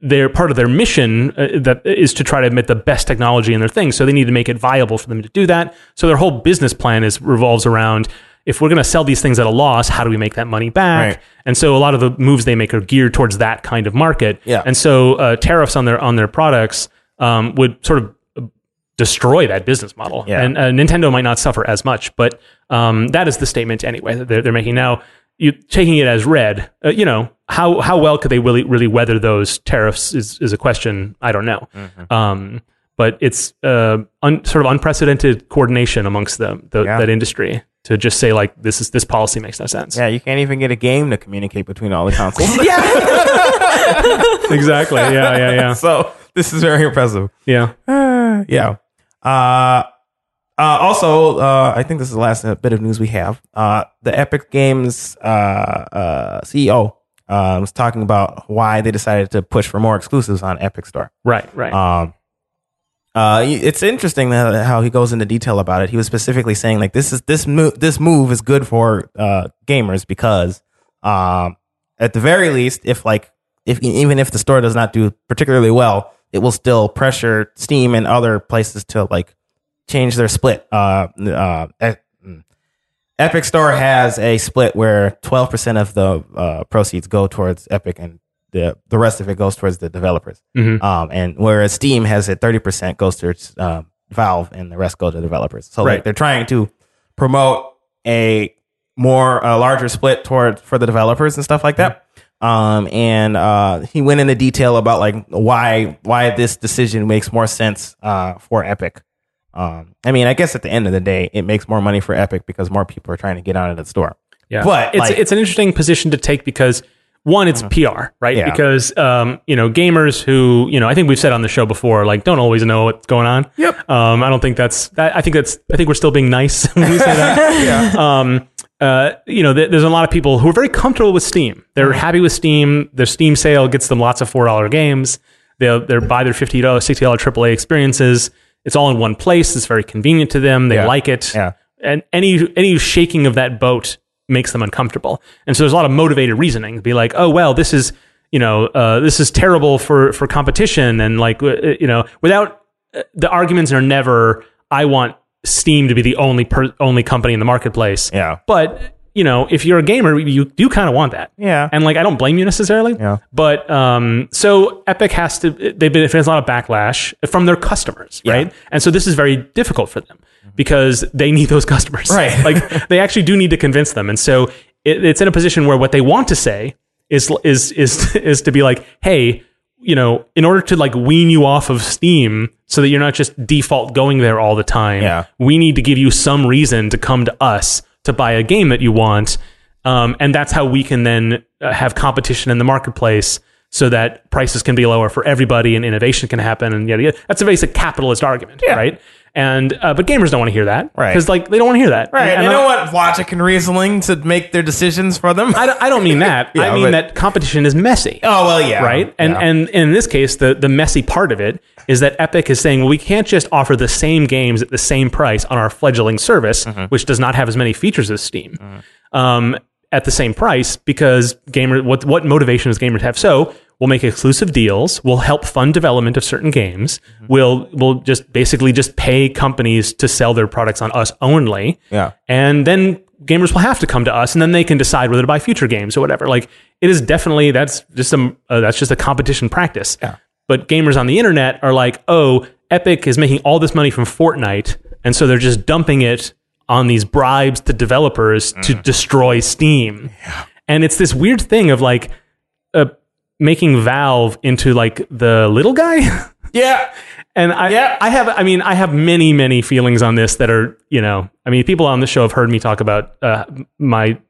They're part of their mission uh, that is to try to admit the best technology in their thing. So they need to make it viable for them to do that. So their whole business plan is revolves around if we're going to sell these things at a loss, how do we make that money back? Right. And so a lot of the moves they make are geared towards that kind of market. Yeah. And so uh, tariffs on their on their products um, would sort of destroy that business model. Yeah. And uh, Nintendo might not suffer as much, but um, that is the statement anyway that they're, they're making now. You taking it as read, uh, you know how how well could they really really weather those tariffs is is a question I don't know. Mm-hmm. Um, but it's uh, un, sort of unprecedented coordination amongst the, the Yeah. that industry to just say like this is this policy makes no sense. yeah, you can't even get a game to communicate between all the consoles. Yeah. exactly. Yeah, yeah, yeah. so this is very impressive. Yeah. Uh, yeah. Uh, uh, also, uh, I think this is the last uh, bit of news we have. Uh, the Epic Games uh, uh, CEO uh, was talking about why they decided to push for more exclusives on Epic Store. Right, right. Um, uh, y- it's interesting that, how he goes into detail about it. He was specifically saying like this is this move this move is good for uh, gamers because um, at the very least, if like if e, even if the store does not do particularly well, it will still pressure Steam and other places to like change their split. Uh, uh, e- mm. Epic Store has a split where twelve percent of the uh, proceeds go towards Epic and the the rest of it goes towards the developers. Mhm. Um, and whereas Steam has it, thirty percent goes to uh, Valve, and the rest go to developers. So Right. like they're trying to promote a more a larger split toward for the developers and stuff like that. Um, and uh, he went into detail about like why why this decision makes more sense uh, for Epic. Um, I mean, I guess at the end of the day, it makes more money for Epic because more people are trying to get out of the store. Yeah. But, it's like- Mm-hmm. it's an interesting position to take because one, it's PR, right? Yeah. Because um, you know, gamers who, you know, I think we've said on the show before, like, don't always know what's going on. Yep. Um, I don't think that's that I think that's I think we're still being nice when we say that. yeah. Um uh, you know, th- there's a lot of people who are very comfortable with Steam. They're Mm-hmm. happy with Steam. Their Steam sale gets them lots of four dollar games. They'll they buy their fifty dollar, sixty dollar AAA experiences. It's all in one place. It's very convenient to them. They Yeah. like it Yeah. and any any shaking of that boat makes them uncomfortable. And so there's a lot of motivated reasoning to be like, oh well, this is you know uh, this is terrible for for competition and like uh, you know without uh, the arguments are never I want Steam to be the only per- only company in the marketplace. Yeah. But you know if you're a gamer, you do kind of want that. Yeah. And like I don't blame you necessarily. Yeah. But um, so Epic has to. They've been facing a lot of backlash from their customers, right? And so this is very difficult for them because they need those customers, Right. like they actually do need to convince them, and so it, it's in a position where what they want to say is is is is to be like, hey, you know, in order to like wean you off of Steam, so that you're not just default going there all the time. Yeah. we need to give you some reason to come to us to buy a game that you want. Um, and that's how we can then uh, have competition in the marketplace so that prices can be lower for everybody and innovation can happen and yada yada. That's a basic capitalist argument, right? And uh, but gamers don't want to hear that, Right. Because like they don't want to hear that, Right. And you I- know what? Logic and reasoning to make their decisions for them. I don't, I don't mean that. Yeah, I mean but- that competition is messy. oh well, yeah. right? And, Yeah. and in this case, the the messy part of it is that Epic is saying, well, we can't just offer the same games at the same price on our fledgling service, Mm-hmm. which does not have as many features as Steam, um, at the same price because gamer what what motivation does gamers have? So we'll make exclusive deals. We'll help fund development of certain games. Mm-hmm. We'll we'll just basically just pay companies to sell their products on us only. Yeah. And then gamers will have to come to us and then they can decide whether to buy future games or whatever. Like it is definitely that's just a uh, that's just a competition practice. Yeah. But gamers on the internet are like, "Oh, Epic is making all this money from Fortnite, and so they're just dumping it on these bribes to developers to destroy Steam." And it's this weird thing of like uh, making Valve into like the little guy. yeah. And I, Yep. I have, I mean, I have many, many feelings on this that are, you know, I mean, people on the show have heard me talk about uh, my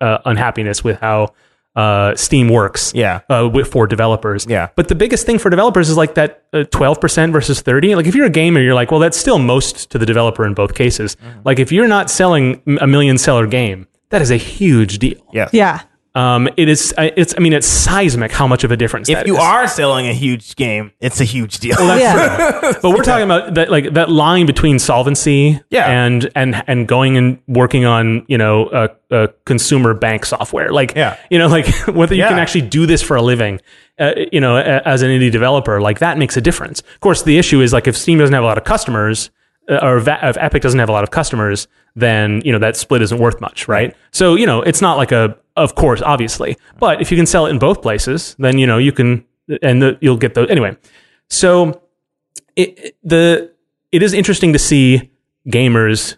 uh, unhappiness with how uh, Steam works Yeah. uh, with, for developers. Yeah. But the biggest thing for developers is like that uh, 12% versus 30. Like if you're a gamer, you're like, well, that's still most to the developer in both cases. Mm-hmm. Like if you're not selling a million seller game, that is a huge deal. Yes. Yeah. Um, it is, I- it's, I mean, it's seismic how much of a difference If that you is. are selling a huge game, it's a huge deal. yeah. but we're talking about that like that line between solvency Yeah. and and and going and working on you know uh, uh, consumer bank software like Yeah. you know like whether you can Yeah. actually do this for a living uh, you know a- as an indie developer like that makes a difference of course the issue is like if steam doesn't have a lot of customers uh, or if, if epic doesn't have a lot of customers then you know that split isn't worth much right so you know it's not like a of course obviously but if you can sell it in both places then you know you can and the, you'll get those anyway so it, it- the it is interesting to see gamers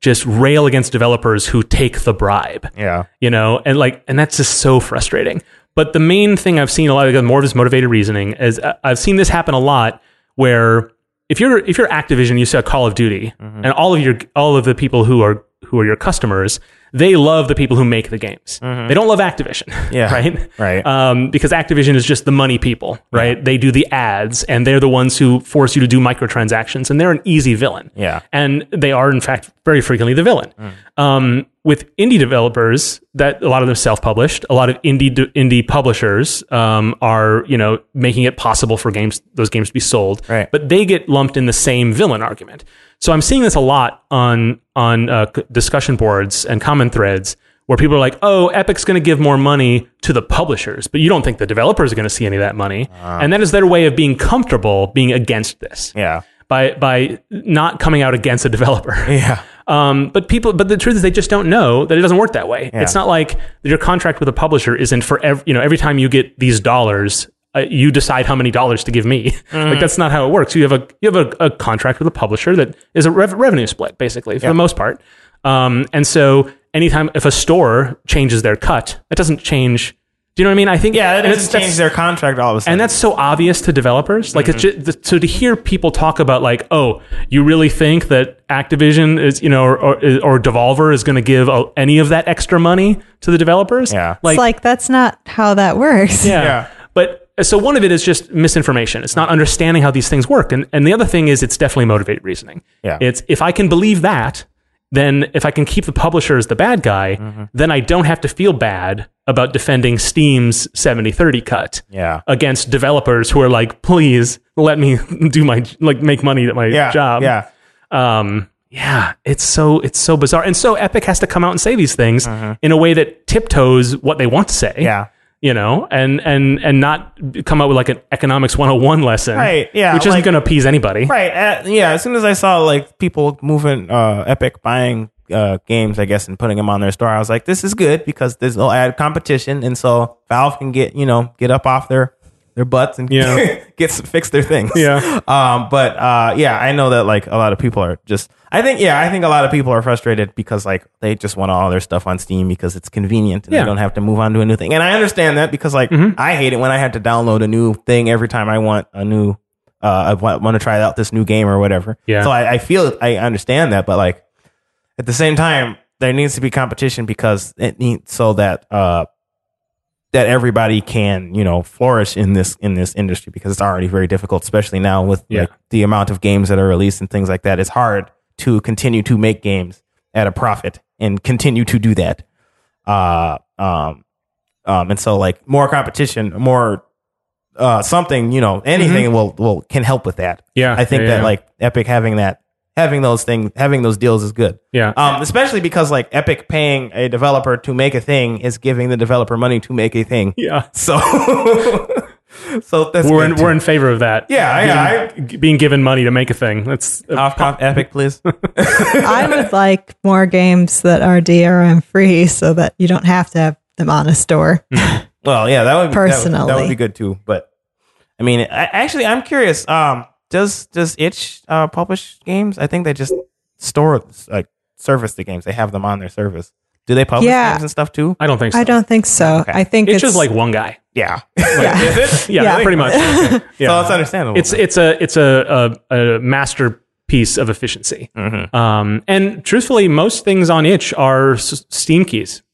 just rail against developers who take the bribe yeah. you know and like and that's just so frustrating but the main thing i've seen a lot of more of this motivated reasoning is uh, i've seen this happen a lot where if you're if you're activision you sell call of duty Mm-hmm. and all of your all of the people who are who are your customers they love the people who make the games they don't love activision Mm-hmm. Yeah. right Right. um, because Activision is just the money people, right? They do the ads, and they're the ones who force you to do microtransactions, and they're an easy villain. Yeah. and they are in fact very frequently the villain. Um, with indie developers, that a lot of them self-published, a lot of indie indie publishers um, are you know making it possible for games those games to be sold, Right. but they get lumped in the same villain argument. So I'm seeing this a lot on on uh, c- discussion boards and comment threads where people are like, "Oh, Epic's going to give more money to the publishers, but you don't think the developers are going to see any of that money." Ah. and that is their way of being comfortable being against this Yeah. by by not coming out against a developer. Yeah. Um, but people, but the truth is, they just don't know that it doesn't work that way. Yeah. It's not like your contract with a publisher isn't for every, you know, every time you get these dollars, uh, you decide how many dollars to give me. Mm-hmm. Like that's not how it works. You have a you have a, a contract with a publisher that is a rev- revenue split, basically, for the most part. Um, and so anytime if a store changes their cut, that doesn't change. Do you know what I mean? I think Yeah. That and doesn't it's- that's- change their contract all of a sudden. and that's so obvious to developers. Like, it's just, so to hear people talk about like, oh, you really think that Activision is, you know, or or, or Devolver is going to give uh, any of that extra money to the developers? Yeah. like, it's like that's not how that works. yeah. Yeah. But uh, so one of it is just misinformation. It's not understanding how these things work, and and the other thing is it's definitely motivated reasoning. Yeah. it's if I can believe that, then if I can keep the publisher as the bad guy, Mm-hmm. then I don't have to feel bad about defending Steam's 70-30 cut yeah. against developers who are like, please let me do my like make money at my Yeah. job. Yeah. Um yeah, it's so it's so bizarre. And so Epic has to come out and say these things in a way that tiptoes what they want to say. Mm-hmm. Yeah. You know, and and and not come out with like an economics 101 lesson. Right, yeah, Which isn't like- gonna appease anybody. Right. Uh, yeah. As soon as I saw like people moving, uh, Epic buying uh, games, I guess, and putting them on their store, I was like, this is good because there's no ad competition, and so Valve can get you know get up off their their butts and Yeah. get some, fix their things. Yeah. Um. But uh. Yeah. I know that like a lot of people are just. I think yeah. I think a lot of people are frustrated because like they just want all their stuff on Steam because it's convenient and Yeah. Mm-hmm. they don't have to move on to a new thing. And I understand that because like I hate it when I had to download a new thing every time I want a new uh, I want, want to try out this new game or whatever. Yeah. So I, I feel I understand that, but like at the same time, there needs to be competition because it needs so that uh that everybody can you know flourish in this in this industry because it's already very difficult, especially now with Yeah. like, the amount of games that are released and things like that. It's hard to continue to make games at a profit and continue to do that. Uh, um, um, and so like more competition, more uh, something you know anything will will can help with that. Mm-hmm. Yeah. I think Yeah, that yeah. like Epic having that having those things having those deals is good. Yeah. Um, especially because like Epic paying a developer to make a thing is giving the developer money to make a thing. yeah. So so that's We're good in, too. we're in favor of that. yeah yeah. I, Being, being given money to make a thing. That's off, off Epic, please. I would like more games that are DRM free so that you don't have to have them on a store. Well, yeah, that would be, that would- that would, Personally. be good too. But I mean, I, actually, I'm curious. Um, does does Itch uh, publish games? I think they just store like service the games. They have them on their service. Do they publish Yeah. games and stuff too? I don't think so. I don't think so. I think Mm-hmm. it's, it's, just like one guy. Yeah. Yeah. Is it? Yeah, Yeah. pretty much. Yeah. So it's understandable. it's it's a it's a a, a masterpiece of efficiency. Mm-hmm. Um, and truthfully, most things on itch are s- Steam keys.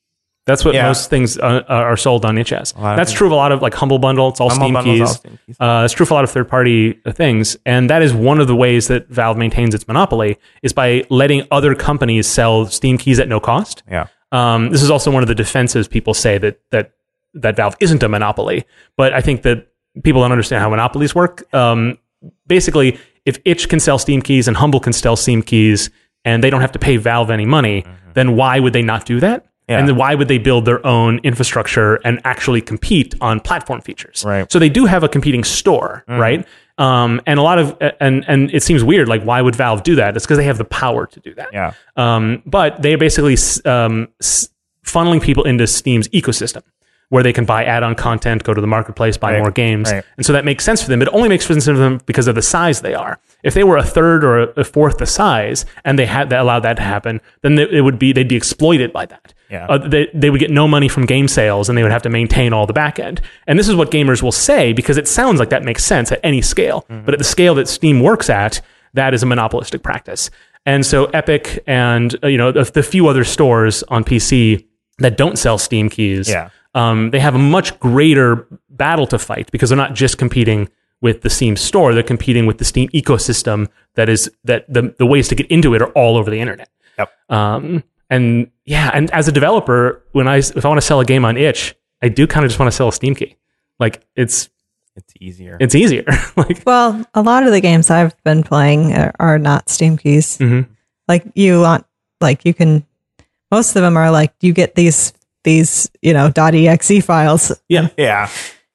That's what Yeah. most things uh, are sold on itch as. lot of That's things. true of a lot of like Humble Bundle. It's all Humble Steam Bundle's keys. all Steam keys. Uh, it's true for a lot of third party things, and that is one of the ways that Valve maintains its monopoly is by letting other companies sell Steam keys at no cost. yeah. Um, this is also one of the defenses people say that that that Valve isn't a monopoly, but I think that people don't understand how monopolies work. Um, basically, if Itch can sell Steam keys and Humble can sell Steam keys, and they don't have to pay Valve any money, then why would they not do that? Mm-hmm. Yeah. And then why would they build their own infrastructure and actually compete on platform features? Right. Mm-hmm. So they do have a competing store, right? Um, and a lot of and and it seems weird. Like, why would Valve do that? It's because they have the power to do that. Yeah. Um, but they are basically s- um, s- funneling people into Steam's ecosystem where they can buy add-on content, go to the marketplace, buy more games. right. And so that makes sense for them. It only makes sense for them because of the size they are. If they were a third or a- a fourth the size and they had that allowed that to happen, then they, it would be they'd be exploited by that. Yeah. Uh, they, they would get no money from game sales and they would have to maintain all the back end. And this is what gamers will say because it sounds like that makes sense at any scale. But at the scale that Steam works at, that is a monopolistic practice. And so Epic and uh, you know the, the few other stores on PC that don't sell Steam keys, Yeah. um, they have a much greater battle to fight because they're not just competing with the Steam store; they're competing with the Steam ecosystem. That is that the the ways to get into it are all over the internet. Yep. Um, and yeah, and as a developer, when I if I want to sell a game on itch, I do kind of just want to sell a Steam key. Like it's It's easier. it's easier. like Well, a lot of the games I've been playing are, are not Steam keys. Mhm. Like you want, like you can. Most of them are like you get these these you know .exe files. yeah. yeah.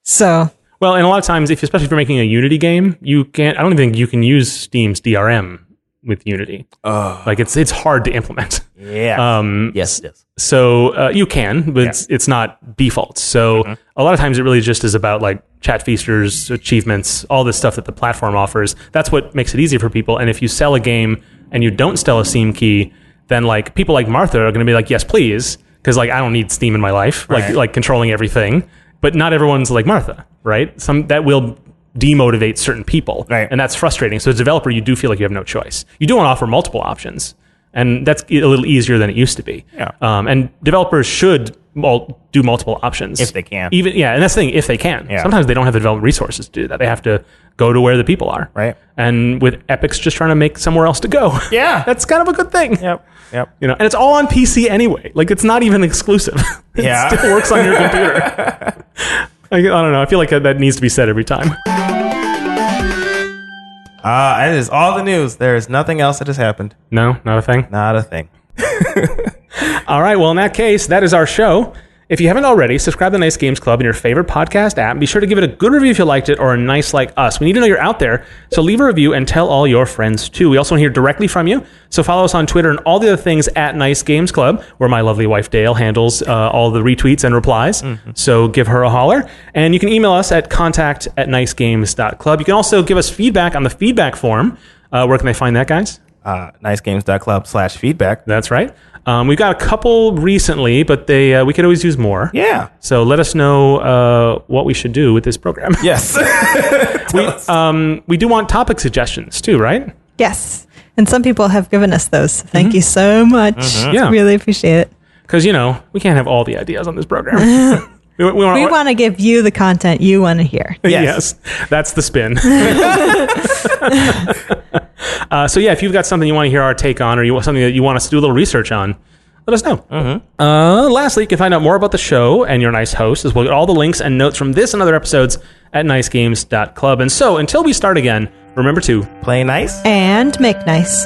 So Well, and a lot of times, if especially if you're making a Unity game, you can't. I don't think you can use Steam's DRM with Unity. Oh. Like it's it's hard to implement. Yeah. Um, Yes, it is. So uh, you can, but it's, it's not default. So Mm-hmm. a lot of times it really just is about like chat features, achievements, all this stuff that the platform offers. That's what makes it easy for people. And if you sell a game and you don't sell a Steam key, then like people like Martha are going to be like, yes, please, because like I don't need Steam in my life, like Right. like controlling everything. But not everyone's like Martha, right? Some that will demotivate certain people, Right. and that's frustrating. So as a developer, you do feel like you have no choice. You do want to offer multiple options, and that's a little easier than it used to be. Yeah. Um, and developers should mul- do multiple options If they can. Even yeah, and that's the thing. If they can, Yeah. sometimes they don't have the development resources to do that. They have to go to where the people are. Right. And with Epic's just trying to make somewhere else to go. Yeah. that's kind of a good thing. Yep. Yep. You know, and it's all on PC anyway. Like it's not even exclusive. it Yeah. still works on your computer. I, I don't know. I feel like that, that needs to be said every time. Uh, that is all the news. There is nothing else that has happened. No, not a thing. Not a thing. All right. Well, in that case, that is our show. If you haven't already, subscribe to the Nice Games Club in your favorite podcast app. Be sure to give it a good review if you liked it or a nice like us. We need to know you're out there. So leave a review and tell all your friends too. We also want to hear directly from you. So follow us on Twitter and all the other things at Nice Games Club, where my lovely wife Dale handles uh, all the retweets and replies. So give her a holler. And you can email us at contact at nicegames.club. You can also give us feedback on the feedback form. Uh, where can they find that, guys? Uh, nicegames.club slash feedback. That's right. Um, we've got a couple recently, but they uh, we could always use more. Yeah. So let us know uh, what we should do with this program. Yes. we, um, we do want topic suggestions too, right? yes, and some people have given us those. Thank you so much. Yeah. really appreciate it. Because you know we can't have all the ideas on this program. we, want. We want to give you the content you want to hear. Yes. Yes. that's the spin. uh, so yeah, if you've got something you want to hear our take on, or you want something that you want us to do a little research on, let us know. Uh, lastly, you can find out more about the show and your nice host, as well as all the links and notes from this and other episodes at nicegames.club. And so, until we start again, remember to Play nice. And make nice.